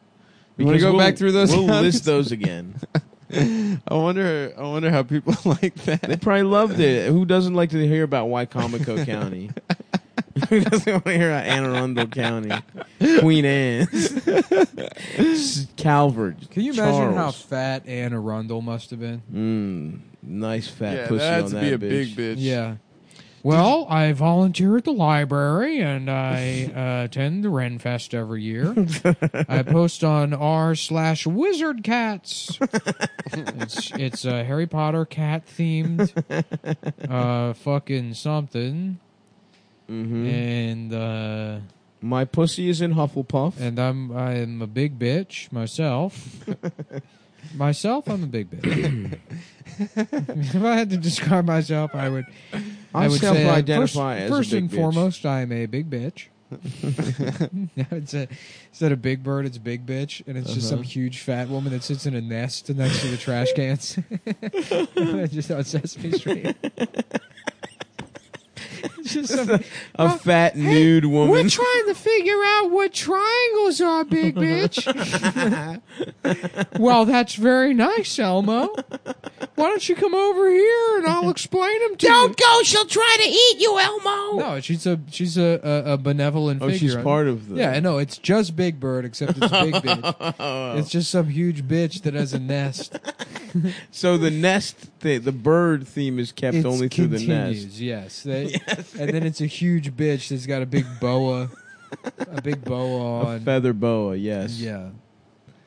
You want to go we'll- (laughs) back through those? We'll counties? list those again. (laughs) I wonder. I wonder how people (laughs) like They that. probably loved it. Who doesn't like to hear about Wicomico County? Who doesn't want to hear about Anne Arundel County, Queen Anne's, Calvert? Can you imagine how Charles. fat Anne Arundel must have been? Mm, nice fat yeah, pussy that had on to that be a bitch. big bitch. Yeah. Well, I volunteer at the library and I uh, attend the Ren Fest every year. I post on r slash Wizard Cats. It's it's a Harry Potter cat themed, uh, fucking something, Mhm. and uh, My pussy is in Hufflepuff. and I'm I am a big bitch (laughs) myself. myself, I'm a big bitch. if I had to describe myself, I would I, would say, uh, self-identify first, as first a big and bitch. foremost, I am a big bitch. (laughs) (laughs) no, it's a, instead of big bird, it's big bitch, and it's just Uh-huh. some huge fat woman that sits in a nest next to the trash cans, (laughs) (laughs) just on Sesame Street. just some, a fat nude woman. we're trying to figure out what triangles are, big bitch. well, that's very nice, Elmo. Why don't you come over here and I'll explain them to you? go, she'll try to eat you, Elmo. No, she's a she's a, a, a benevolent oh, figure. she's part of the. Yeah, I know. It's just Big Bird, except it's Big Bitch. (laughs) It's just some huge bitch that has a nest. So the nest, th- the bird theme is kept It's only through the continues, nest. (laughs) Yes. They- And then it's a huge bitch that's got a big boa, a big boa A on. feather boa, yes. Yeah.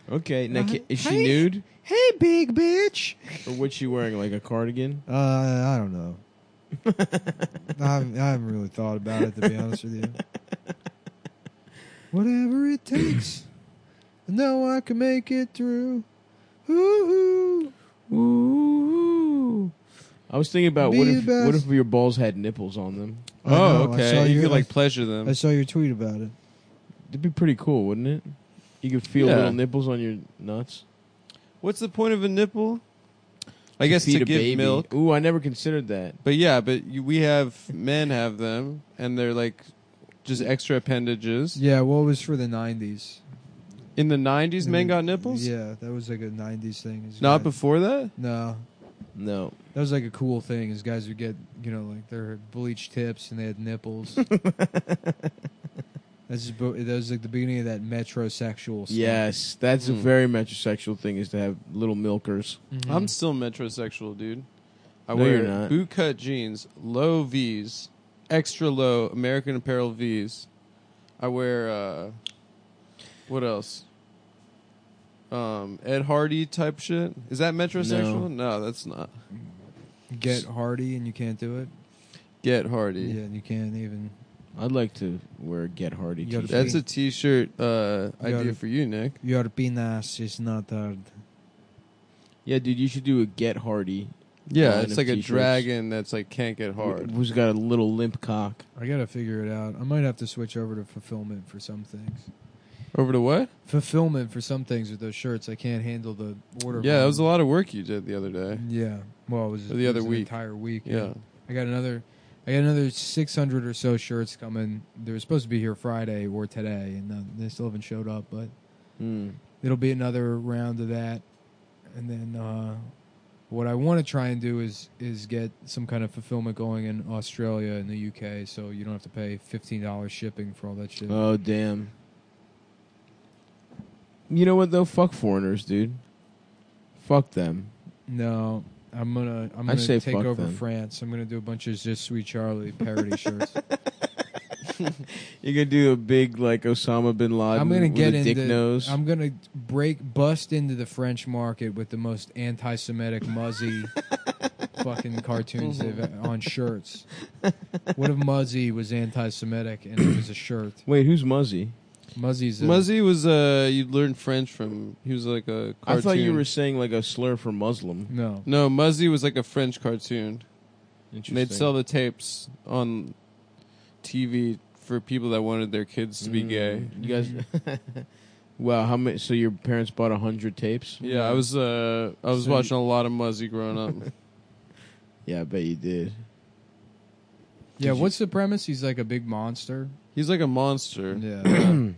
Okay, now Uh-huh. ca- is she Hey. nude Hey, big bitch. or what's she wearing? Like a cardigan? Uh, I don't (laughs) know. I, haven't, I haven't really thought about it to be honest with you. Whatever it takes, I know I can make it through. Ooh, Ooh. I was thinking about Be what the if best. what if your balls had nipples on them? I know, Oh, I saw okay. You your- could like I- pleasure them. I saw your tweet about it. It'd be pretty cool, wouldn't it? You could feel Yeah. little nipples on your nuts. What's the point of a nipple? I guess Feed to a give baby. milk. Ooh, I never considered that. But yeah, but you, we have men have them, and they're like just extra appendages. Yeah, well, it was for the '90s. In the '90s, men got nipples. Yeah, that was like a '90s thing. These Not guys- before that. No, No. that was like a cool thing. Is guys would get you know like their bleached tips and they had nipples. That's just, bo- that was like the beginning of that metrosexual. Stuff. Yes, that's a Mm. very metrosexual thing is to have little milkers. Mhm. I'm still metrosexual, dude. I Mm-hmm. No, wear you're not. boot cut jeans, low V's, extra low American Apparel V's. I wear uh, what else? Um, Ed Hardy type shit. Is that metrosexual? No, that's not. get hardy and you can't do it. Get Hardy. Yeah, and you can't even. I'd like to wear a Get Hardy You gotta t-shirt. That's a t-shirt uh, You idea gotta- for you, Nick. Your penis is not hard. Yeah, dude, you should do a Get Hardy Yeah, line Uh, it's of like a t-shirts. dragon that's like can't get hard. Who's got a little limp cock? I gotta figure it out. I might have to switch over to fulfillment for some things. Over to what? Fulfillment for some things with those shirts. I can't handle the order. Yeah, that volume. was a lot of work you did the other day. Yeah. Well, it was The it other was an week. entire week. Yeah. I got another. I got another 600 or so shirts coming. They were supposed to be here Friday or today, and uh, they still haven't showed up. But Hmm. Mm. it'll be another round of that. And then uh, what I want to try and do is is get some kind of fulfillment going in Australia and the UK, so you don't have to pay fifteen dollars shipping for all that shit. Oh damn. You know what though? Fuck foreigners, dude. Fuck them. no, I'm gonna I'm I'd gonna say take fuck over them. France. I'm gonna do a bunch of just Sweet (laughs) Charlie parody shirts. You could do a big like Osama bin Laden I'm gonna with get a into. dick nose. I'm gonna break bust into the French market with the most anti-Semitic (laughs) muzzy fucking cartoons they've e, on shirts. What if Muzzy was anti-Semitic and it was a shirt? Wait, who's Muzzy? Muzzy's a, Muzzy was uh you learned French from he was like a cartoon. I thought you were saying like a slur for Muslim. no. No, Muzzy was like a French cartoon. Interesting. And they'd sell the tapes on TV for people that wanted their kids to be Mm. gay. You guys. (laughs) wow, how many? So your parents bought hundred tapes? Yeah, I was uh I was So you- watching a lot of Muzzy (laughs) growing up. Yeah, I bet you did. Yeah, Did you- what's the premise? He's like a big monster. He's like a monster. Yeah. (clears throat)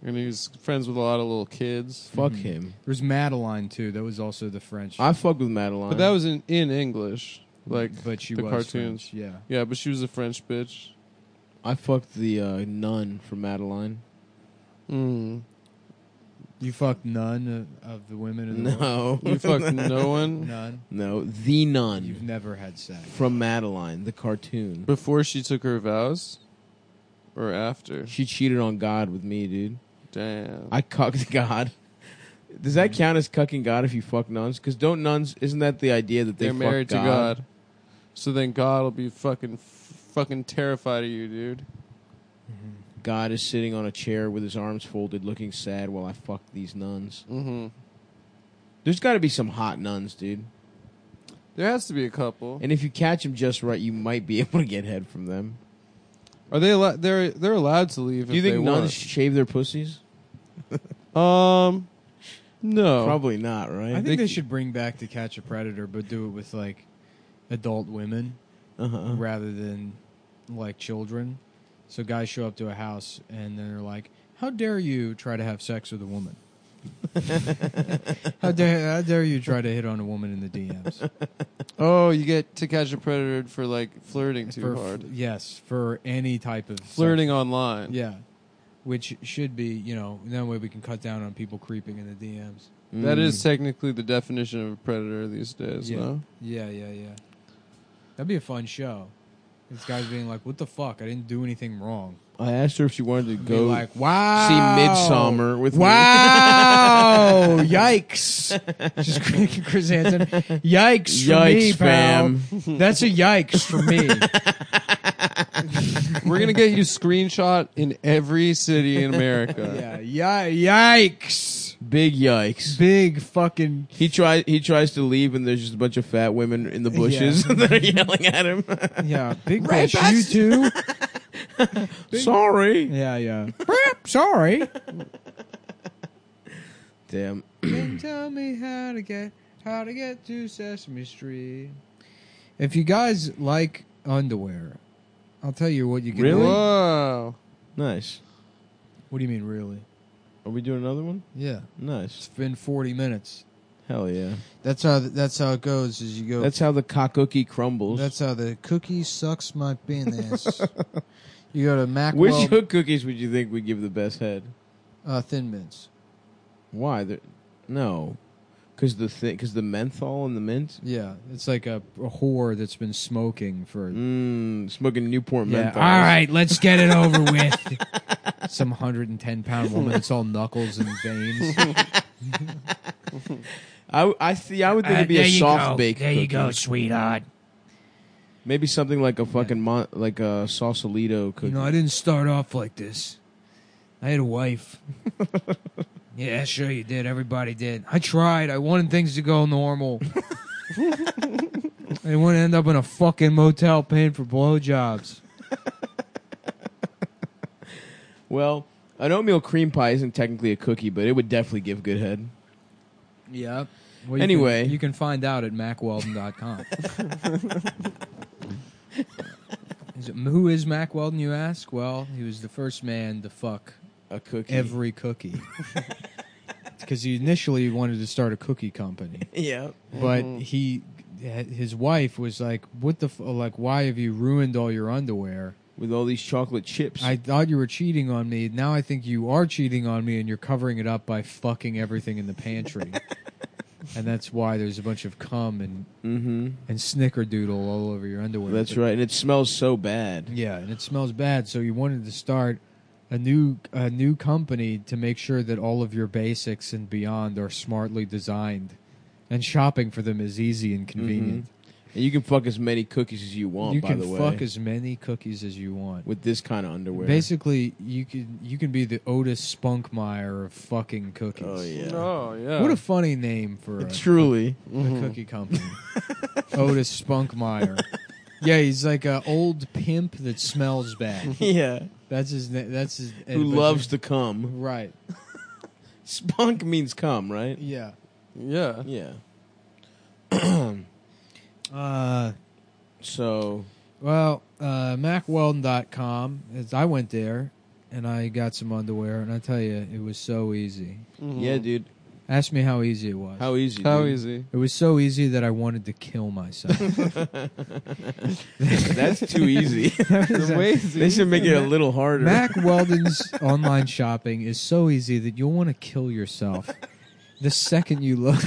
And he's friends with a lot of little kids. Fuck Mhm. him. There's Madeline too. That was also the French. I fuck with Madeline. But that was in, in English. Like but she the was cartoons. French, Yeah. Yeah, but she was a French bitch. I fucked the uh, nun from Madeline. Mm. You fucked none of, of the women in the world. No, (laughs) You fucked no one None. no, the You've nun never had sex. from Madeline, the cartoon. before she took her vows, or after. She cheated on God with me, dude. Damn. I cucked (laughs) God. Does that count as cucking God if you fuck nuns? Because don't nuns? Isn't that the idea that they They're fuck married God? to God. So then God will be fucking fucking terrified of you, dude. God is sitting on a chair with his arms folded, looking sad while I fuck these nuns. Mm-hmm. There's got to be some hot nuns, dude. There has to be a couple. And if you catch them just right, you might be (laughs) able to get head from them. Are they? Allo- they're they're allowed to leave. Do you if think they nuns shave their pussies? Want. Um, no. Probably not, right? I think They- they, should bring back To Catch a Predator, but do it with like adult women uh-huh. rather than like children. So guys show up to a house and they're like, "How dare you try to have sex with a woman? how dare how dare you try to hit on a woman in the DMs Oh, you get to catch a predator for like flirting (laughs) too for hard, yes for any type of sex. flirting online. Yeah, which should be you know that way we can cut down on people creeping in the DMs. That is technically the definition of a predator these days. Mm. Yeah. No. Yeah, yeah, yeah. That'd be a fun show. These guys being like, "What the fuck? I didn't do anything wrong." I asked her if she wanted to Be go like, "Wow, see Midsummer with Wow, (laughs) yikes! Just Chris Chris Hansen. Yikes, me. for me, Yikes, pal. fam. That's a yikes for me. (laughs) We're gonna get you screenshot in every city in (laughs) America. yeah, yeah, yikes! Big yikes. Big fucking He tries he tries to leave and there's just a bunch of fat women in (laughs) the bushes (laughs) that are yelling at him. yeah, big fish. You too. Sorry. Yeah, yeah. Brap, Sorry. Damn. (clears throat) Then tell me how to get how to get to Sesame Street. If you guys like underwear, I'll tell you what you can. Really? do. Whoa. Nice. What do you mean, really? Are we doing another one? Yeah, it's Nice. been forty minutes. Hell yeah. That's how that's how it goes. Is Oh. you go. That's how the cock cookie crumbles. that's how the cookie sucks my (laughs) penis. you go to Which Macwell hook cookies would you think would give the best head? uh, Thin Mints. Why? They're- no. Cuz the thi- cuz the menthol and the mint. Yeah, it's like a, a whore that's been smoking for. Mmm, smoking Newport Yeah. menthol. All right, let's get it over with. (laughs) Some hundred and ten pound woman. It's all knuckles and veins. I, I see. I would think Uh, it'd be there a you soft go. bake. There cookie. you go, sweetheart. Maybe something like a fucking mon- like a sausalito cookie. You know, I didn't start off like this. I had (laughs) a wife. Yeah, sure you did. Everybody did. (laughs) I tried. I wanted things to go normal. They want to end up in a fucking motel paying for blowjobs. Well, an oatmeal cream pie isn't technically a cookie, but it would definitely give good head. Yep. Anyway. you can find out (laughs) at macweldon.com. is it, who is Mac Weldon, you ask? Well, he was the first man to fuck A cookie. every cookie. (laughs) Because he initially wanted to start a cookie company. yeah. but Mm-hmm. he his wife was like what the f- like why have you ruined all your underwear With all these chocolate chips. i thought you were cheating on me now i think you are cheating on me and you're covering it up by fucking everything in (laughs) the pantry and that's why there's a bunch of cum and mm-hmm. and snickerdoodle all over your underwear That's But- right. And it smells so bad. yeah and it smells bad so you wanted to start a new a new company to make sure that all of your basics and beyond are smartly designed and shopping for them is easy and convenient And you can fuck as many cookies as you want, you Mm-hmm. Oh, by the can way. fuck as many cookies as you want. with this kind of underwear. Basically, you can you can be the Otis Spunkmeyer of fucking cookies. Oh, yeah. Oh yeah. What a funny name for a, (laughs) Truly. a (laughs) cookie company. Otis Spunkmeyer. Yeah, he's like an old pimp that smells (laughs) bad. Yeah. That's his. na- That's his. Who loves to cum. Right. Spunk means cum, right? Yeah. yeah. Yeah. Uh, So, Well, uh, MacWeldon.com. As I went there, and I got some underwear, and I tell you, it was so easy. Mm-hmm. yeah, dude. Ask me how easy it was. How e-, easy? How dude. easy? It was so Mm-hmm. easy that I wanted to kill myself. (laughs) That's too (laughs) easy. The (laughs) way- they should make it a little harder. Mac Weldon's online shopping is so easy that you'll want to kill (laughs) yourself the second you look.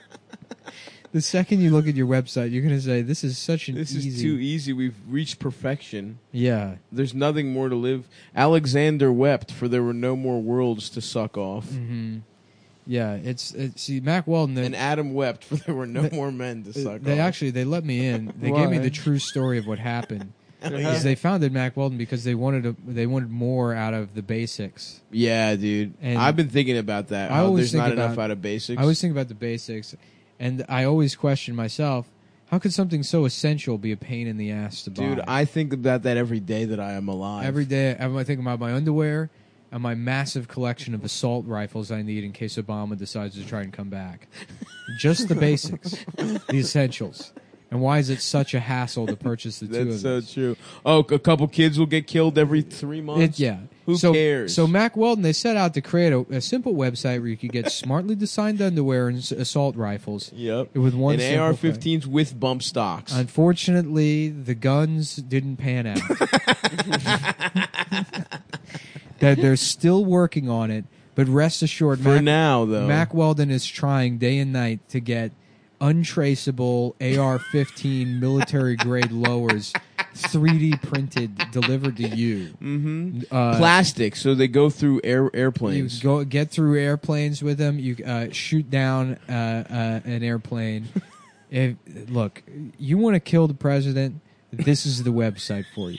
(laughs) the second you look at your website, you're going to say, "This is such an this easy." is too e-, easy. We've reached perfection. yeah, There's nothing more to live. Alexander wept, for there were no more worlds to suck off. Mm. Mm-hmm. yeah. It's it, see, Mac Weldon. They, And Adam wept, for there were no They- more men to suck they off. actually they let me in. They gave me Why? the true story of what happened. Yeah. Because they founded Mac Weldon because they wanted a, they wanted more out of the basics. yeah, dude. And- I've been thinking about that. I How always there's think not enough about- out of basics. I always think about the basics, and I always question myself: How could something so essential be a pain in the ass to buy? dude, I think about that every day that I am alive. every day I'm thinking about my underwear and my massive collection of assault rifles I need in case Obama decides to try and come back. Just the basics, the essentials. And why is it such a hassle to purchase the two That's of so those? true. Oh, a couple kids will get killed every three months. It, yeah. Who so, cares? So Mac Weldon, they set out to create a, a simple website where you could get smartly designed underwear and s- assault rifles Yep. with and one simple thing. AR-15s with bump stocks. Unfortunately, the guns didn't (laughs) pan out. that they're still working on it, but rest assured, For Mac, now, though, Mac Weldon is trying day and night to get untraceable AR-15 military grade lowers 3D printed delivered to you. Mm-hmm. Uh, plastic, so they go through air you airplanes. go get through airplanes with them. You uh, shoot down uh, uh, (laughs) an airplane. if, look, you want to kill the president. This is the website for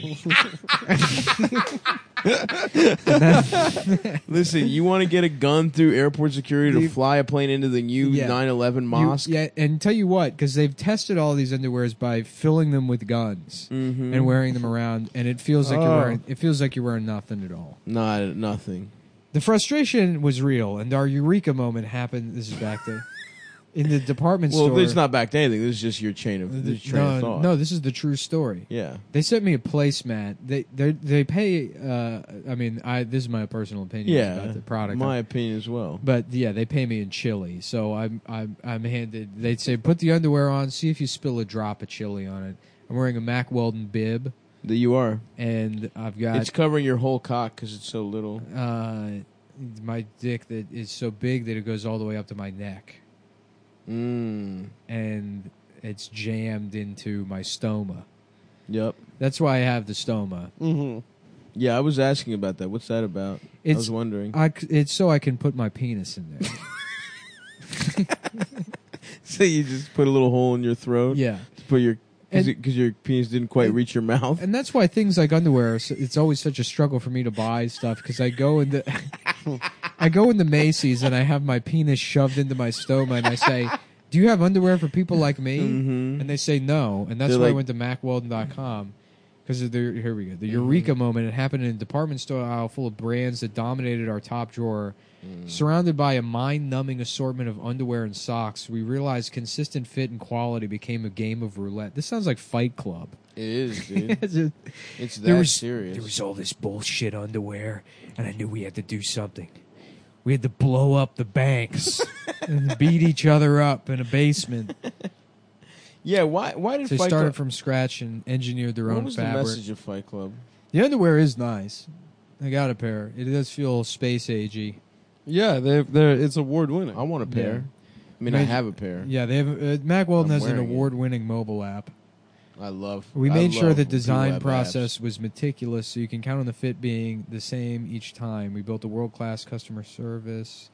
(laughs) you. Listen, you want to get a gun through airport security to You- fly a plane into the new Yeah. 9/11 You- mosque? yeah, and tell you what, because they've tested all these underwears by filling them with guns Mm-hmm. and wearing them around, and it feels like you're Oh. wearing it feels like you're wearing nothing at all. Not nothing. The frustration was real, and our eureka moment happened. This is back to in the department Well, store. there's not back to anything. This is just your chain of, this is your train no, of thought. no, this is the true story. Yeah. They sent me a placemat. They they they pay. Uh, I mean, I this is my personal opinion Yeah. about the product. My opinion as well. but yeah, they pay me in chili, so I'm I'm I'm handed. They say put the underwear on, see if you spill a drop of chili on it. I'm wearing a Mac Weldon bib, That you are. and I've got It's covering your whole cock because it's so little. uh, my dick that is so big that it goes all the way up to my neck, Mm. and it's jammed into my stoma. Yep. That's why I have the stoma. Mm. Mm-hmm. Yeah, I was asking about that. What's that about? I It's- was wondering. I c it's so I can put my penis in there. (laughs) so you just put a little hole in your throat. yeah. To put your because And- your penis didn't quite and- reach your (laughs) mouth. and that's why things like underwear are su- it's always such a struggle for me to buy stuff because i go into (laughs) i go into macy's and i have my penis shoved into my stoma and i say do you have underwear for people like me? Mhm. And they say no. And that's Mm-hmm. They're why I like- Mm-hmm. went to macweldon.com. Because here we go. The eureka moment. It happened in a department store aisle full of brands that dominated our top drawer. Mm. Surrounded by a mind numbing assortment of underwear and socks, we realized consistent fit and quality became a game of roulette. This sounds like Fight Club. It is, dude. (laughs) It's just- It's that There was- serious. There was all this bullshit underwear, and I knew we had to do something. We had to blow up the (laughs) banks. and beat each other up in a basement. yeah, why? Why did They Fight started Club? from scratch and engineered their What own was fabric. the message of Fight Club? The underwear is nice. I got a pair. It does feel space agey. Yeah, they're, they're, it's award winning. I want a pair. I mean, I Imagine- have a pair. Yeah, they have. Uh, Mac Weldon I'm has an wearing it. award-winning mobile app. I love. We I made sure love the people that design have process was meticulous, so you can count on the fit being the same each time. We built a world-class customer service.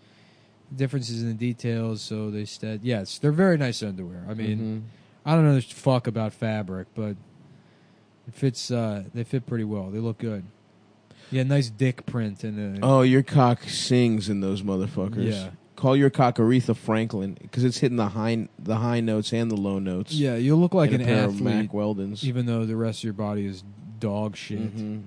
Differences in the details, so they said yes. They're very nice underwear. I abs. mean, Mhm. I don't know this fuck about fabric, but it fits. Uh, they fit pretty well. They look good. Yeah, nice dick print and uh Oh, your cock sings in those motherfuckers. Yeah. Call your cock Aretha Franklin because it's hitting the high the high notes and the low notes. yeah, you look like in an a pair of athlete, Mac Weldons. even though the rest of your body is dog shit. Mhm.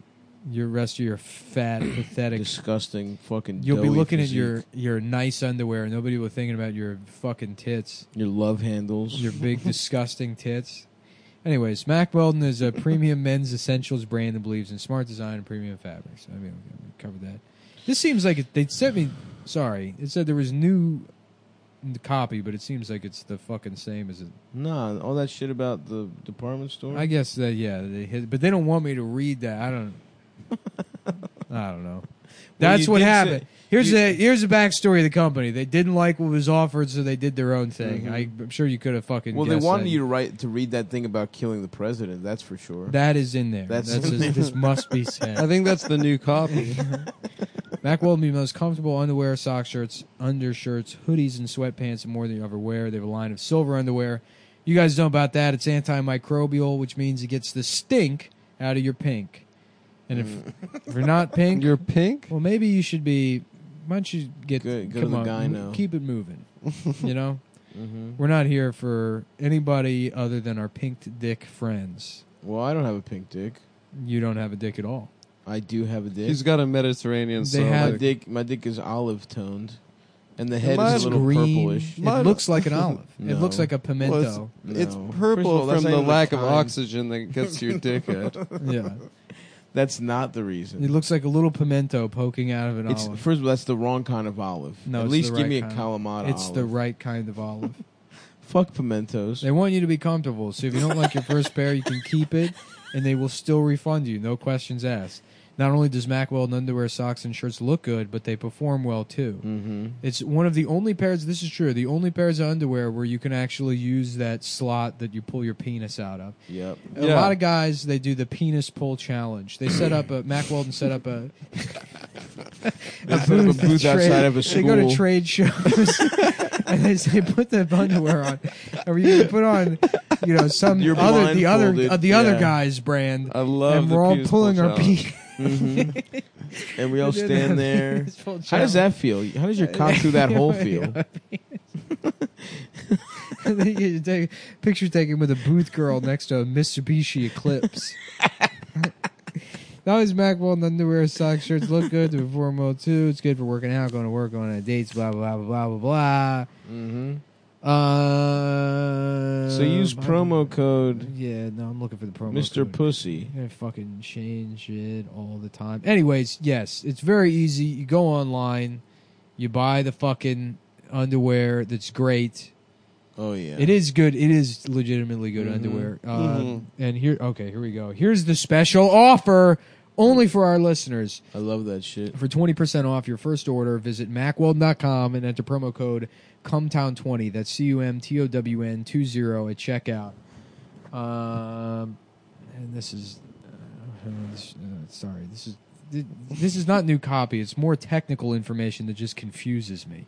Your rest of (clears throat) your fat, pathetic. Disgusting fucking. You'll be doughy looking physique. at your your nice underwear, and nobody will be thinking about your fucking tits, your love handles. your big disgusting tits. Anyways, Mac Weldon is a premium men's essentials brand that believes in smart design and premium fabrics. I mean, we covered that. This seems like it, they sent me. Sorry, it said there was new copy, but it seems like it's the fucking same as it. nah, all that shit about the department store. I guess that yeah, they hit, but they don't want me to read that. (laughs) I don't. I don't know. That's you what did happened. say- here's you- the here's the backstory of the company. They didn't like what was offered, so they did their own thing. Mhm. I, am sure you could have fucking. well, they guessed wanted that. you to write to read that thing about killing the president. That's for sure. That is in there. That's, That's in just, there. this must (laughs) be I said. think that's the new copy. (laughs) Mac Weldon be the most comfortable underwear, sock shirts, undershirts, hoodies, and sweatpants, and more than you ever wear. They have a line of silver underwear. You guys know about that. It's antimicrobial, which means it gets the stink out of your pink. And if, if you're not pink, You're pink? Well, maybe you should be. Why don't you get? Good- go to come the on, guy m- now. Keep (laughs) it moving. you know, hmm we're not here for anybody other than our pinked dick friends. Well, I don't have a pink dick. You don't have a dick at all. I do have a dick. He's got a Mediterranean They soul. my have- like- dick. My dick is olive toned, and the head Mine's is a little purplish. It Mine- looks (laughs) like an olive. No. It looks like a Well, pimento. (laughs) it's, it's No. First of purple all, that's from not the even a lack of kind. oxygen that gets to your dickhead. yeah, That's not the reason. (laughs) it looks like a little pimento poking out of an It's olive. first of all, that's the wrong kind of olive. No, at it's least the give right me kind. a Kalamata. It's the olive. right kind of olive. (laughs) fuck pimentos. they want you to be comfortable. So if you don't like your first pair, you can keep it, and they will still refund you, no questions asked. Not only does Mack Weldon underwear, socks, and shirts look good, but they perform well too. Mm-hmm. It's one of the only pairs. This is true. The only pairs of underwear where you can actually use that slot that you pull your penis out of. (laughs) Yep. A Yeah. lot of guys they do the penis pull challenge. They set up a Mac Weldon set up a, (laughs) They put up a booth outside of a They school. go to trade shows (laughs) and they say put the underwear on, or you can put on, you know, some You're other the other blindfolded. uh, the other Yeah. guy's brand. (laughs) I love and the we're all penis pulling pull our challenge. penis. Mhm. (laughs) and we all stand there. Penis pull How does challenge. that feel? How does (laughs) your cock through that hole feel? And then you take picture taken with a booth girl next to a Mitsubishi Eclipse. Now his Mac Weldon underwear, socks, shirts look good to perform well too. It's good for working out, going to work, going on dates, blah blah blah blah blah blah Mm-hmm. blah. Uh, So use promo code Yeah, no, I'm looking for the promo. Mr. code. Pussy. I fucking change it all the time. Anyways, yes, it's very easy. You go online, you buy the fucking underwear that's great. Oh yeah. It is good. It is legitimately good Mhm. underwear. Uh, Mhm. And here, okay, here we go. Here's the special offer only for our listeners. I love that shit. For 20% off your first order, visit macweldon.com and enter promo code CUMTOWN20. That's C U M T O W N 20 at checkout. Um, and this is. Uh, this- uh, sorry, this is. thi- This is not new copy. It's more technical information that just confuses me.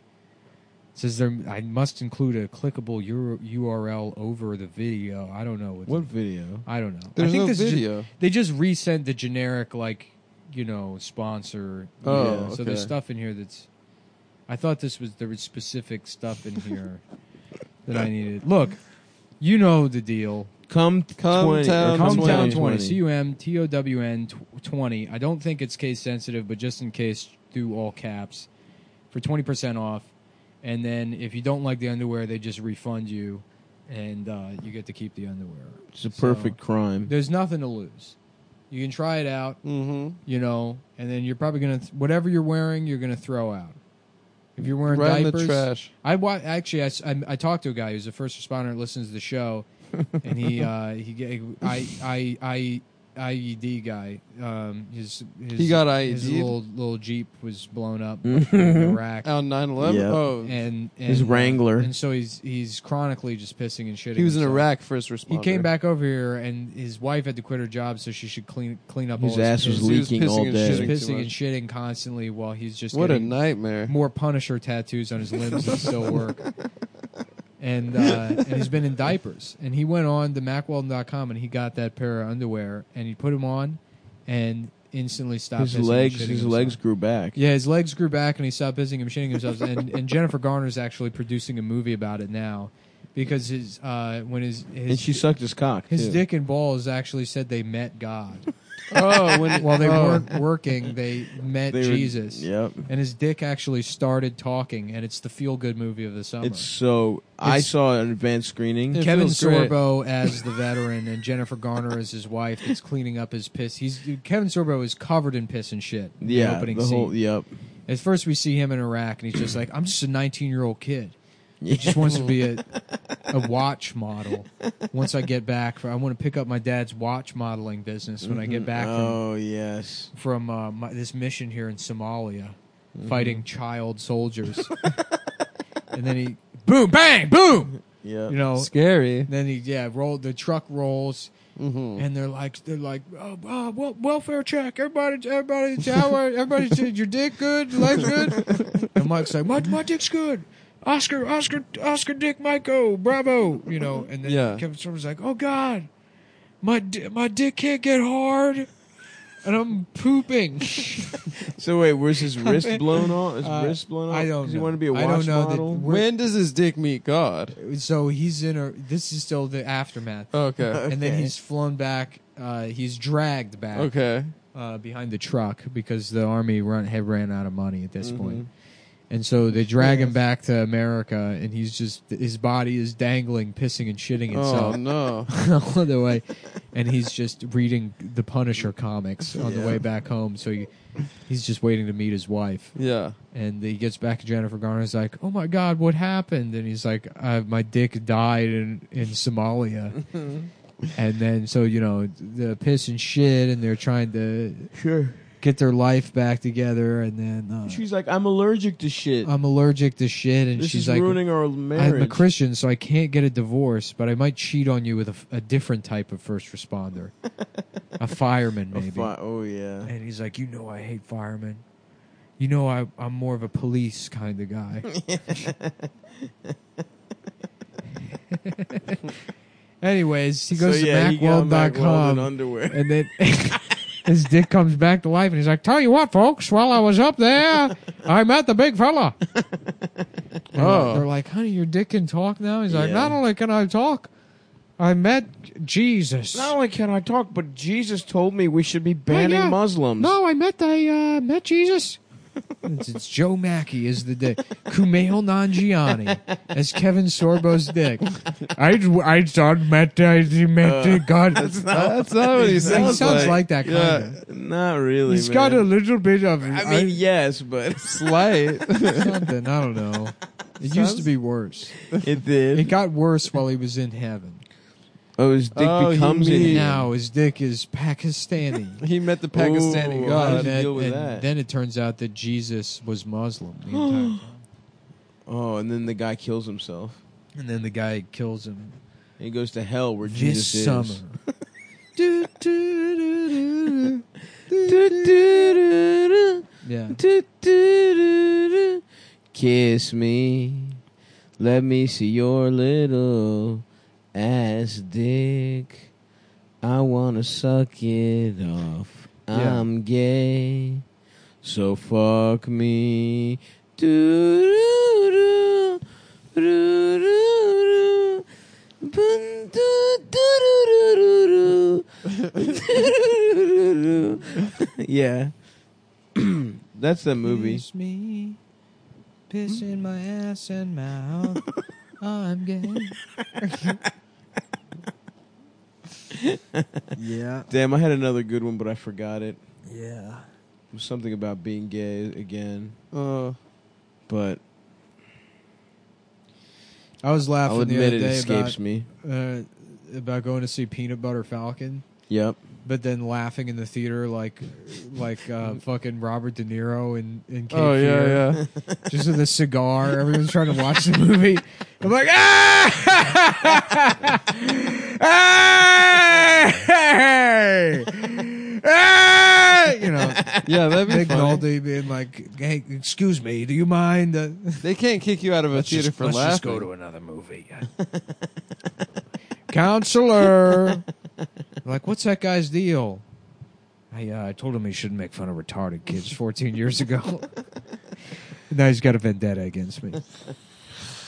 It says there, I must include a clickable Euro, URL over the video. I don't know what. What video? I don't know. I There's think no this is ju- video. they just resent the generic like you know sponsor Oh, so there's okay. (laughs) stuff in here that's i thought this was there was specific stuff in here that I needed. Look, you know the deal. Come, Come 20, town or Come down 20. 20. C U M T O W N 20. I don't think it's case sensitive, but just in case, do all caps for 20% off. And then if you don't like the underwear, they just refund you and uh, you get to keep the underwear. It's a So, perfect crime. there's nothing to lose. You can try it out, Mm-hmm. you know, and then you're probably going to, th- whatever you're wearing, you're going to throw out. If you're wearing Right in diapers, the trash. I wa- actually I, s- I- I talked to a guy who's a first responder that listens to (laughs) the show, and he uh, he ga- I I I IED guy. Um, his, his He got E his IED'd? little little jeep was (laughs) blown up in Iraq, On 9-11? Yeah. Oh, and, and uh, His Wrangler. and so he's he's chronically just pissing and shitting. he was in himself. Iraq first responder. He came back over here, and his wife had to quit her job, so she should clean clean up. His all ass his, was he was leaking pissing all and He's day. shitting. too pissing much. and shitting constantly while he's just What a getting nightmare. more Punisher tattoos on his limbs that still work. And, uh, and he's been in diapers. And he went on to MacWeldon.com and he got that pair of underwear and he put them on and instantly stopped. pissing His and legs, shitting his himself. legs grew back. Yeah, his legs grew back and he stopped pissing and shitting himself. and, and Jennifer Garner's actually producing a movie about it now because his uh, when his his, And she sucked his cock. his too. dick and balls actually said they met God. (laughs) Oh, when, (laughs) While they oh. weren't working, they met They were- Jesus yep. and his dick actually started talking, and it's the feel good movie of the summer. It's so. I It's- saw an advanced screening. it Kevin feels great. Sorbo as the veteran and Jennifer Garner as his wife that's cleaning up his piss. He's Kevin Sorbo is covered in piss and shit. in the yeah, opening the scene. whole. Yep. At first, we see him in Iraq, and he's just like, "I'm just a 19 year old kid. He just wants to be a a watch model. Once I get back, for, I want to pick up my dad's watch modeling business when I get back from Oh yes. from uh, my, this mission here in Somalia, fighting child soldiers. (laughs) and then he boom, bang, boom. Yeah. You know. Scary. Then he yeah, roll the truck rolls, Mm-hmm. and they're like they're like oh, oh well, welfare check. Everybody, everybody, how are, everybody? did Your dick good, your legs good. and Mike's like my my dick's good. Oscar, Oscar, Oscar, Dick, Michael, bravo. You know. And then Yeah. Kevin Sorbo's like, oh God, my di- my dick can't get hard. And I'm pooping. (laughs) So wait, where's his wrist blown off? His Uh, wrist blown off? I don't Does he know. want to be a I don't watch know that model? we're- When does his dick meet God? so he's in a this is still the aftermath Oh, (laughs) Okay. and then Okay. he's flown back uh, he's dragged back okay. uh, behind the truck because the army run had ran out of money at this Mm-hmm. point. and so they drag him back to america and he's just his body is dangling pissing and shitting Oh itself no. (laughs) on the way and he's just reading the punisher comics on the way back home so he, he's just waiting to meet his wife Yeah. and he gets back to Jennifer Garner. He's like, "Oh my God, what happened?" And he's like, uh, "My dick died in in Somalia." Mm-hmm. and then so you know the piss and shit, and they're trying to Sure. get their life back together. And then uh, She's like, I'm allergic to shit. I'm allergic to shit, and this Oh, she's is like, ruining our marriage. "I'm a Christian, so I can't get a divorce, but I might cheat on you with a, f- a different type of first responder, (laughs) a fireman, A maybe." fi- oh yeah. And he's like, you know, I hate firemen. You know, I, I'm more of a police kind (laughs) of guy. (laughs) Anyways, he goes so, yeah, to he got Macweldon MacWeld.com underwear. (laughs) and then (laughs) his dick comes back to life and he's like, tell you what, folks, while I was up there, I met the big fella. And Oh. They're like, honey, your dick can talk now? He's like, Yeah. not only can I talk, I met Jesus. Not only can I talk, but Jesus told me we should be banning yeah. Muslims. (laughs) No, I met I uh, met Jesus. it's, it's Joe Mackey is the dick. Kumail Nanjiani as Kevin Sorbo's dick. I I thought met I Uh, met the God. Uh, He That's not what he sounds, sounds like, that kind yeah. of. Not really. He's got a man. little bit of. I mean, yes, but (laughs) Slight. something. I don't know. (laughs) It used to be worse. it did. It got worse while he was in heaven. oh, his dick Oh, he becomes mean- in. Now his dick is Pakistani. he met the (laughs) Pakistani Ooh, how God. How did you did he and, deal with and that? then it turns out that Jesus was Muslim the entire (gasps) time. Oh, and then the guy kills himself. And then the guy kills him And he goes to hell where this Jesus summer. is. Do, do, do, do, do, do, do, do. (laughs) Yeah. Do-do-do-do. Kiss me. Let me see your little ass dick. I wanna suck it off. Yeah. I'm gay. So fuck me. Do do do do do (laughs) yeah. (clears throat) That's the movie. Kiss me, pissing my ass and (laughs) mouth. I'm gay. yeah, Damn, I had another good one, but I forgot it. yeah. It was something about being gay again, Uh, but I was laughing I'll the admit other it day escapes me. about, uh, about going to see Peanut Butter Falcon, Yep. but then laughing in the theater like (laughs) like uh, fucking Robert De Niro and in Cape oh yeah, Fear. (laughs) yeah. just with a cigar. Everyone's trying to watch the movie. I'm like, ah! (laughs) hey! Hey! You know, yeah, (laughs) that'd be Big funny. Noldy being like, hey, excuse me, do you mind? Uh, They can't kick you out of a theater just, for let's laughing. just go to another movie. (laughs) I- counselor. like, what's that guy's deal? I, uh, I told him he shouldn't make fun of retarded kids. Kids 14 years (laughs) ago. now he's got a vendetta against me.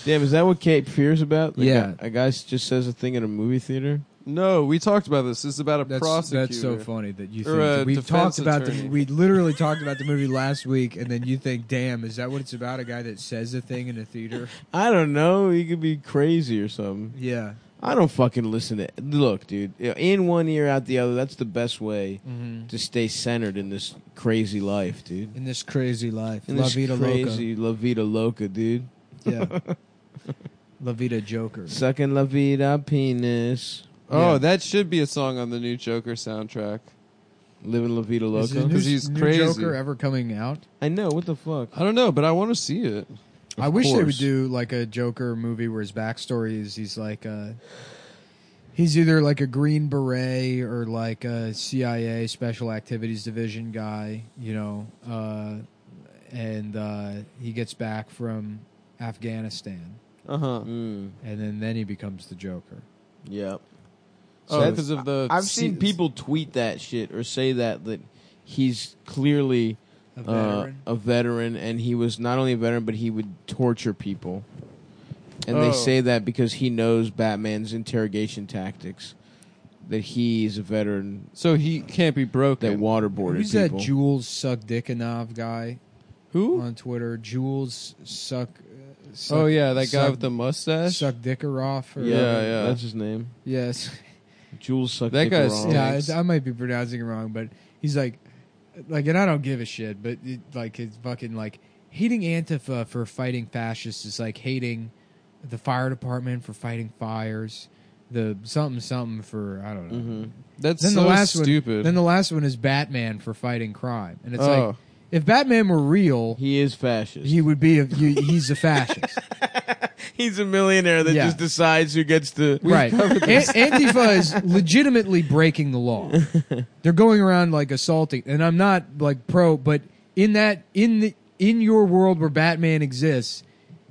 Damn, is that what Cape Fear's about? Like, Yeah. a, a guy s- just says a thing in a movie theater. no, we talked about this. This is about a That's, prosecutor. That's so funny that you Or think a that we've defense talked about the attorney. we literally talked about the movie last week, and then you think, "Damn, is that what it's about? A guy that says a thing in a theater?" I don't know. He could be crazy or something. Yeah, I don't fucking listen to. Look, dude, in one ear, out the other. That's the best way mm-hmm. to stay centered in this crazy life, dude. in this crazy life, In La this Vida crazy La Vida Loca, dude. (laughs) Loca, yeah, La Vida Joker. Sucking La Vida penis. Oh, Yeah. that should be a song on the new Joker soundtrack. Living La Vida Is the Loca. new, 'Cause he's new crazy. Joker ever coming out? I know. What the fuck? I don't know, but I want to see it. I wish they would course. do like a Joker movie where his backstory is he's like uh he's either like a Green Beret or like a CIA Special Activities Division guy, you know, uh, and uh, he gets back from Afghanistan, Uh huh. Mm, and then then he becomes the Joker. yep. So Oh, that's- because of the. I've seen se- people tweet that shit or say that that he's clearly A uh, veteran. a veteran and he was not only a veteran but he would torture people. And Oh. they say that because he knows Batman's interrogation tactics. That he's a veteran So he can't be broken. that waterboarded Who's people. that Jules Sugdikinov guy Who? on Twitter? Jules uh, Suck. Suck Oh yeah, that guy Suck- with the mustache. Suck Dickeroff. Or yeah, Yeah, yeah, yeah. that's his name. Yes. Jules sucked That dick guy's- wrong. Yeah, Thanks. I, I might be pronouncing it wrong, but he's like, like, and I don't give a shit, but it, like, it's fucking like hating Antifa for fighting fascists is like hating the fire department for fighting fires, the something something for I don't know. Mhm. That's Then Mm-hmm. so the last one, stupid. then the last one is Batman for fighting crime, and it's oh. like if Batman were real, He is fascist. he would be a, you, he's a fascist, he's a millionaire that Yeah. just decides who gets to. right? An- Antifa is legitimately breaking the law. they're going around like assaulting and i'm not like pro but in that in the in your world where batman exists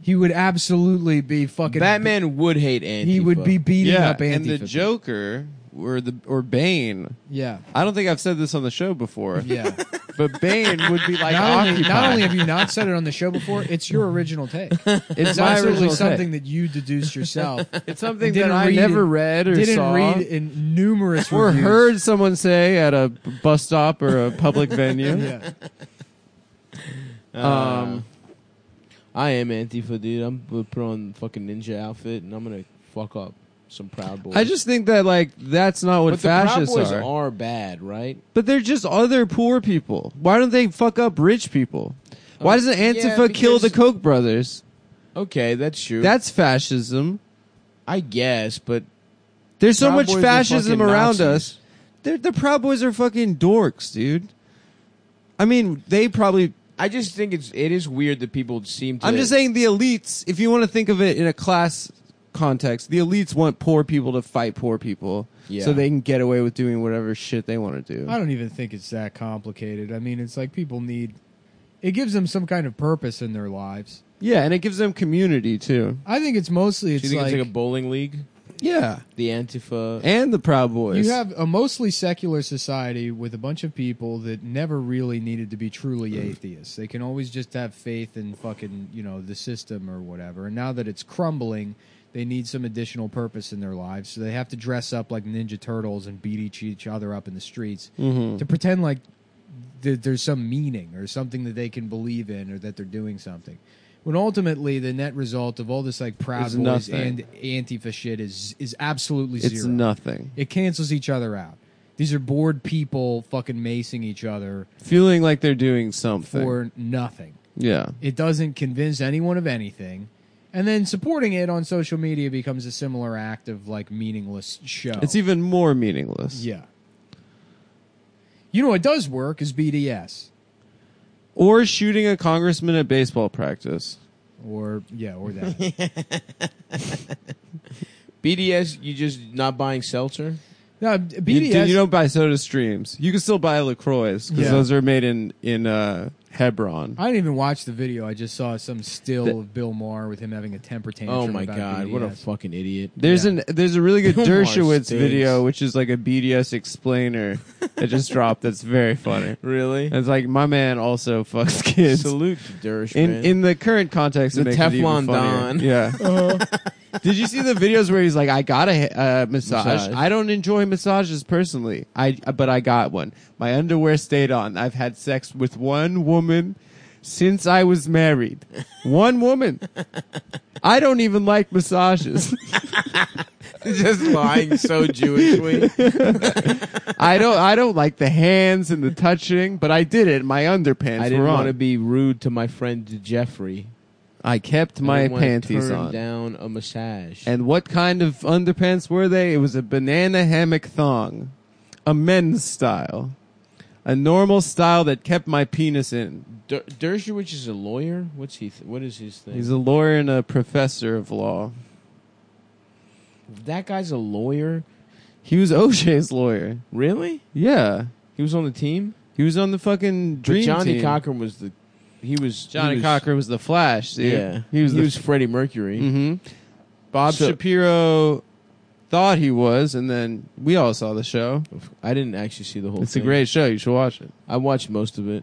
he would absolutely be fucking Batman would hate Antifa. he would be beating yeah, up Antifa. and the Joker or the or Bane. yeah I don't think I've said this on the show (laughs) before. yeah but Bane would be like not, only, not occupied. only have you not said it on the show before it's your original (laughs) take it's my absolutely original take. something that you deduced yourself it's something didn't that I read never it- read or didn't saw read in numerous or reviews. heard someone say at a bus stop or a public venue. (laughs) yeah Um, I am Antifa, dude. I'm gonna put on fucking ninja outfit and I'm gonna fuck up some Proud Boys. I just think that like that's not what but the Proud fascists Boys are. are bad, right? But they're just other poor people. Why don't they fuck up rich people? Why Uh, doesn't yeah, Antifa kill the because- Koch brothers? Okay, that's true. That's fascism. I guess, but There's so Proud much Boys are fascism fucking around us. Nazis. They're, the Proud Boys are fucking dorks, dude. I mean, they probably. I just think it's it is weird that people seem to. I'm just saying the elites, if you want to think of it in a class context, the elites want poor people to fight poor people Yeah. so they can get away with doing whatever shit they want to do. I don't even think it's that complicated. I mean, it's like people need it gives them some kind of purpose in their lives. Yeah, and it gives them community, too. I think it's mostly Do it's you think like, it's like a bowling league? Yeah. The Antifa. And the Proud Boys. you have a mostly secular society with a bunch of people that never really needed to be truly Mm-hmm. atheists. They can always just have faith in fucking, you know, the system or whatever. And now that it's crumbling, they need some additional purpose in their lives. So they Mm-hmm. have to dress up like Ninja Turtles and beat each, each other up in the streets to pretend like th- there's some meaning or something that they can believe in or that they're doing something. When ultimately the net result of all this like Proud Is Boys nothing. and Antifa shit is is absolutely zero. It's nothing. It cancels each other out. These are bored people fucking macing each other Feeling like they're doing something. for nothing. yeah. It doesn't convince anyone of anything. And then supporting it on social media becomes a similar act of like meaningless show. e- It's even more meaningless. yeah. You know what does work is BDS Or shooting a congressman at baseball practice. or yeah (laughs) or that. BDS, you just not buying seltzer? no, You- BDS. dude, you don't buy soda streams. You can still buy LaCroix because Yeah. those are made in, in uh, Hebron. I didn't even watch the video. I just saw some still of Bill Maher with him having a temper tantrum. Oh my about god, what a BDS. fucking idiot. There's Yeah. an there's a really (laughs) good Bill Maher Dershowitz stinks. video which is like a BDS explainer that just dropped. That's very funny. (laughs) Really? And it's like my man also fucks kids. Salute to Dersh, In man. in the current context, it The makes it even Teflon funnier. Don. (laughs) Uh-huh. Yeah. Did you see the videos where he's like, "I got a uh, massage. Massage. I don't enjoy massages personally. I uh, but I got one. My underwear stayed on. I've had sex with one woman since I was married. One woman. I don't even like massages. (laughs) just lying (laughs) so Jewishly. I don't. I don't like the hands and the touching. But I did it. My underpants I didn't were want on. to be rude to my friend Jeffrey. I kept I my didn't wanna panties turn on. down a massage. And what kind of underpants were they? It was a banana hammock thong, a men's style, a normal style that kept my penis in. Der- Dershowitz is a lawyer. What's he? Th- what is his thing? He's a lawyer and a professor of law. that guy's a lawyer. He was OJ's lawyer. Really? Yeah, He was on the team. he was on the fucking But dream Johnny team. Cochran was the. He was Johnny he was, Cocker was the Flash. Dude. Yeah, he was. the Freddie Mercury. hmm Bob So- Shapiro thought he was, and then we all saw the show. I didn't actually see the whole. It's a thing. great show. You should watch it. I watched most of it,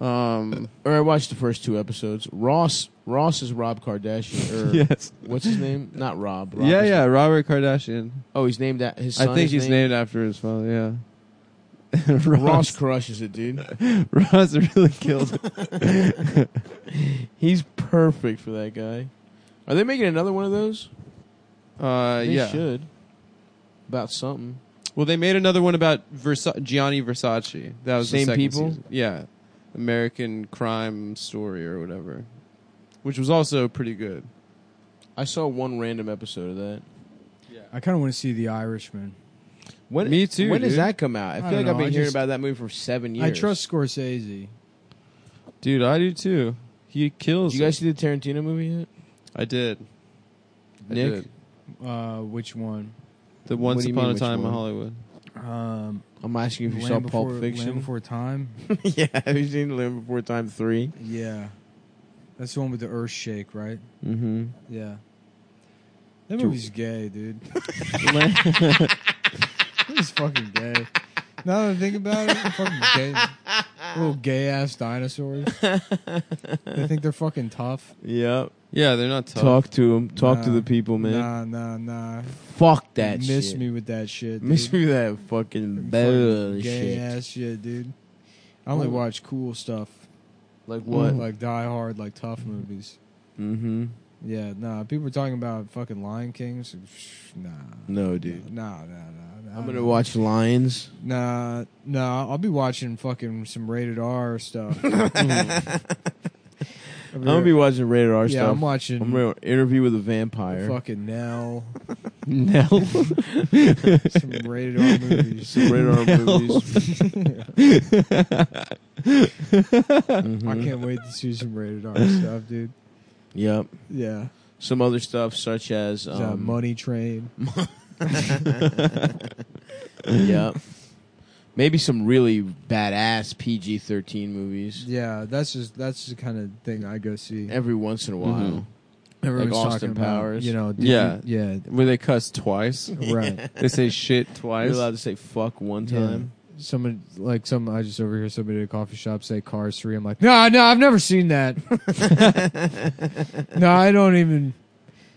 Um, or I watched the first two episodes. Ross. Ross is Rob (laughs) Kardashian. Or (laughs) yes. What's his name? Not Rob. Rob Yeah, is- yeah. Robert Kardashian. Oh, he's named that. His son I think is he's named after his father. Yeah. Ross (laughs) Ross crushes it, dude. Ross really killed it. He's perfect for that guy. Are they making another one of those? (laughs) Uh, They yeah. should. About something. Well, they made another one about Versa- Gianni Versace. That was the Same second people? season. Yeah, American crime story or whatever, which was also pretty good. I saw one random episode of that. I kind of want to see The Irishman. When, Me too, When does dude. that come out? I I feel don't like I've know, been I hearing just- about that movie for seven years. I trust Scorsese. Dude, I do too. He kills. Did you guys it. see the Tarantino movie yet? I did. Nick? I did. Uh, which one? The Once do you Upon mean, a which Time in one? Hollywood. Um, I'm asking if you Land saw before, Pulp Land Fiction. Before Time. (laughs) yeah, have you seen Land Before Time three? Yeah, that's the one with the earth shake, right? Mm-hmm. Yeah, that Dude. movie's (laughs) gay, dude. (laughs) It's fucking gay. Now that I think about it, they're fucking gay. Little gay ass dinosaurs. They think they're fucking tough. Yep. yeah, they're not tough. Talk to him. Talk to Nah. the people, man. Nah, nah, nah. Fuck that. Miss shit. me with that shit. Dude. Miss me with that fucking Fucking bullshit. gay ass shit, dude. I only Oh. watch cool stuff. Like what? Like Die Hard, like tough movies. Mm-hmm. Yeah, nah. People were talking about fucking Lion Kings. Nah, No, dude. nah, nah, nah. nah I'm gonna nah. watch Lions. Nah, nah. I'll be watching fucking some rated R stuff. (laughs) I'm gonna be watching Rated R yeah, stuff. I'm watching I'm gonna interview with a vampire. (laughs) fucking Nell, No. some rated R movies. Some (laughs) radar movies. I can't wait to see some rated R stuff, dude. Mm-hmm. Yep. Yeah, Some other stuff such as Is that um, Money Train. Yep. Maybe some really badass PG thirteen movies. Yeah, that's just that's the kind of thing I go see. Every once in a while. (laughs) Mhm. Everyone's Austin talking about, Powers. you know. Yeah. different- yeah, Where they cuss (laughs) (laughs) twice. right. they say shit twice. You're allowed to say fuck one Yeah. time. Someone like some I just overhear somebody at a coffee shop say Cars Three. I'm like, no, no, I've never (laughs) seen that. no, I don't even.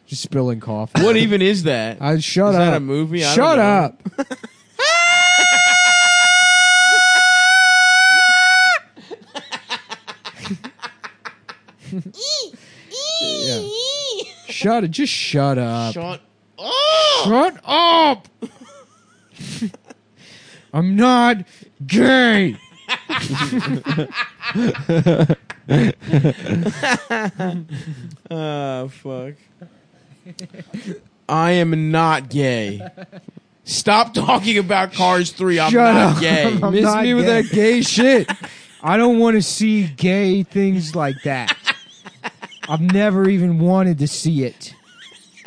Just spilling coffee. What even is that? I Is shut up. that a movie? I don't shut know. up. Shut it. Just shut up. Shut up. Shut (laughs) up. I'm not gay. Ah, fuck. I am not gay. Stop talking about Cars 3. I'm Shut not up. gay. (laughs) I'm Miss not me gay. with that gay shit. (laughs) I don't want to see gay things like that. I've never even wanted to see it.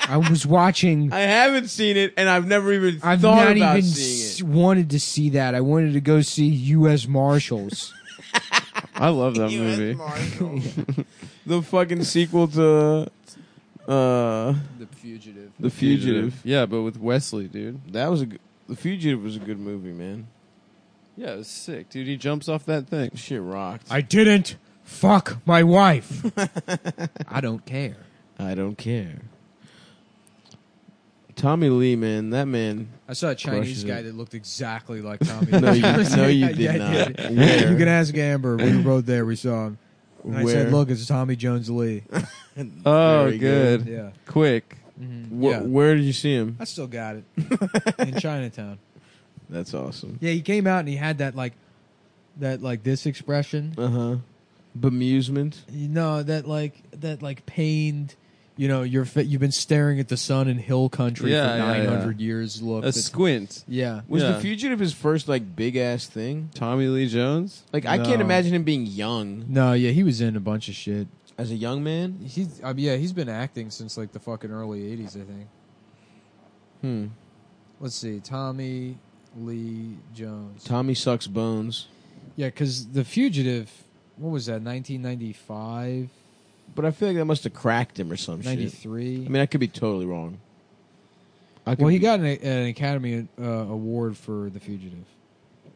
I was watching. I haven't seen it, and I've never even I've thought not about even seeing s- wanted to see that. I wanted to go see U.S. Marshals. I love that it. movie. the fucking sequel to uh, The Fugitive. The Fugitive. Yeah, but with Wesley, dude. That was a g- The Fugitive was a good movie, man. Yeah, it was sick, dude. He jumps off that thing. Shit rocked. I didn't fuck (laughs) my wife. I don't care. I don't care. Tommy Lee, man, that man. I saw a Chinese Crushes guy it. that looked (laughs) exactly like Tommy. No, you, no, you did Yeah, I not. did. Where? You can ask Amber. We rode there. We saw him. And I Where? said, "Look, it's Tommy Jones (laughs) Lee." Oh, Very good. good. Yeah, Quick. Mm-hmm. Wh- yeah. Where did you see him? I still got it (laughs) in Chinatown. That's awesome. Yeah, he came out and he had that like, that like this expression. Uh huh. Bemusement. You know that like that like pained. You know, you're fa- you've been staring at the sun in hill country Yeah, for yeah, yeah. 900 years. Look, A that's- squint. yeah, Was Yeah. the fugitive his first like big ass thing? Tommy Lee Jones? Like I can't No. imagine him being young no, yeah, he was in a bunch of shit. as a young man. He's uh, yeah, he's been acting since like the fucking early '80s, I think. Hmm. Let's see, Tommy Lee Jones. Tommy sucks bones. Yeah, because The Fugitive, what was that, 1995, But I feel like that must have cracked him or some Oh, shit. 93? I mean, I could be totally wrong. I could well, he be- got an, an Academy uh, Award for The Fugitive.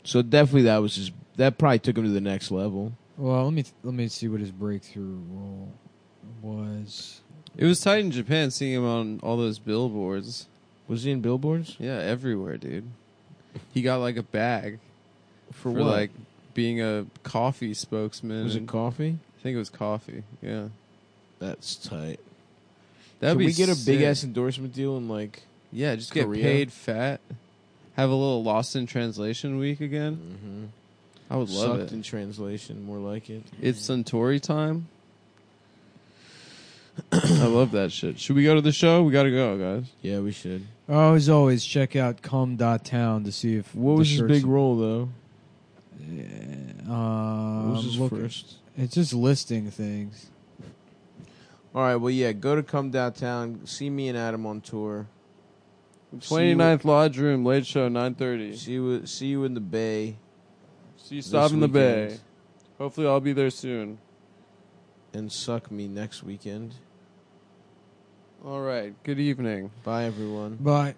so definitely that was his. That probably took him to the next level. Well, let me let me see what his breakthrough role was. It was tight in Japan seeing him on all those billboards. Was he in billboards Yeah, everywhere, dude. He got like a bag for, for what? like being a coffee spokesman. was it coffee? I think it was coffee. Yeah. That's tight. That'd Can be we get a sick. big ass endorsement deal and like? Yeah, just get Korea? paid fat. Have a little lost in translation week again. Mm-hmm. I would love Sucked it. in translation, more like it. It's Suntory time. (coughs) I love that shit. Should we go to the show? We gotta go, guys. Yeah, we should. Oh, as always, check out cum.town to see if What the was his shirts- big role though? Um, What was his look, first? It's just listing things. All right, well, yeah, go to Come Downtown. See me and Adam on tour. See you- 29th Lodge Room, late show, 9.30. See you, see you in the Bay. See you stop in the weekend. bay. Hopefully I'll be there soon. And suck me next weekend. All right. Good evening. Bye, everyone. Bye.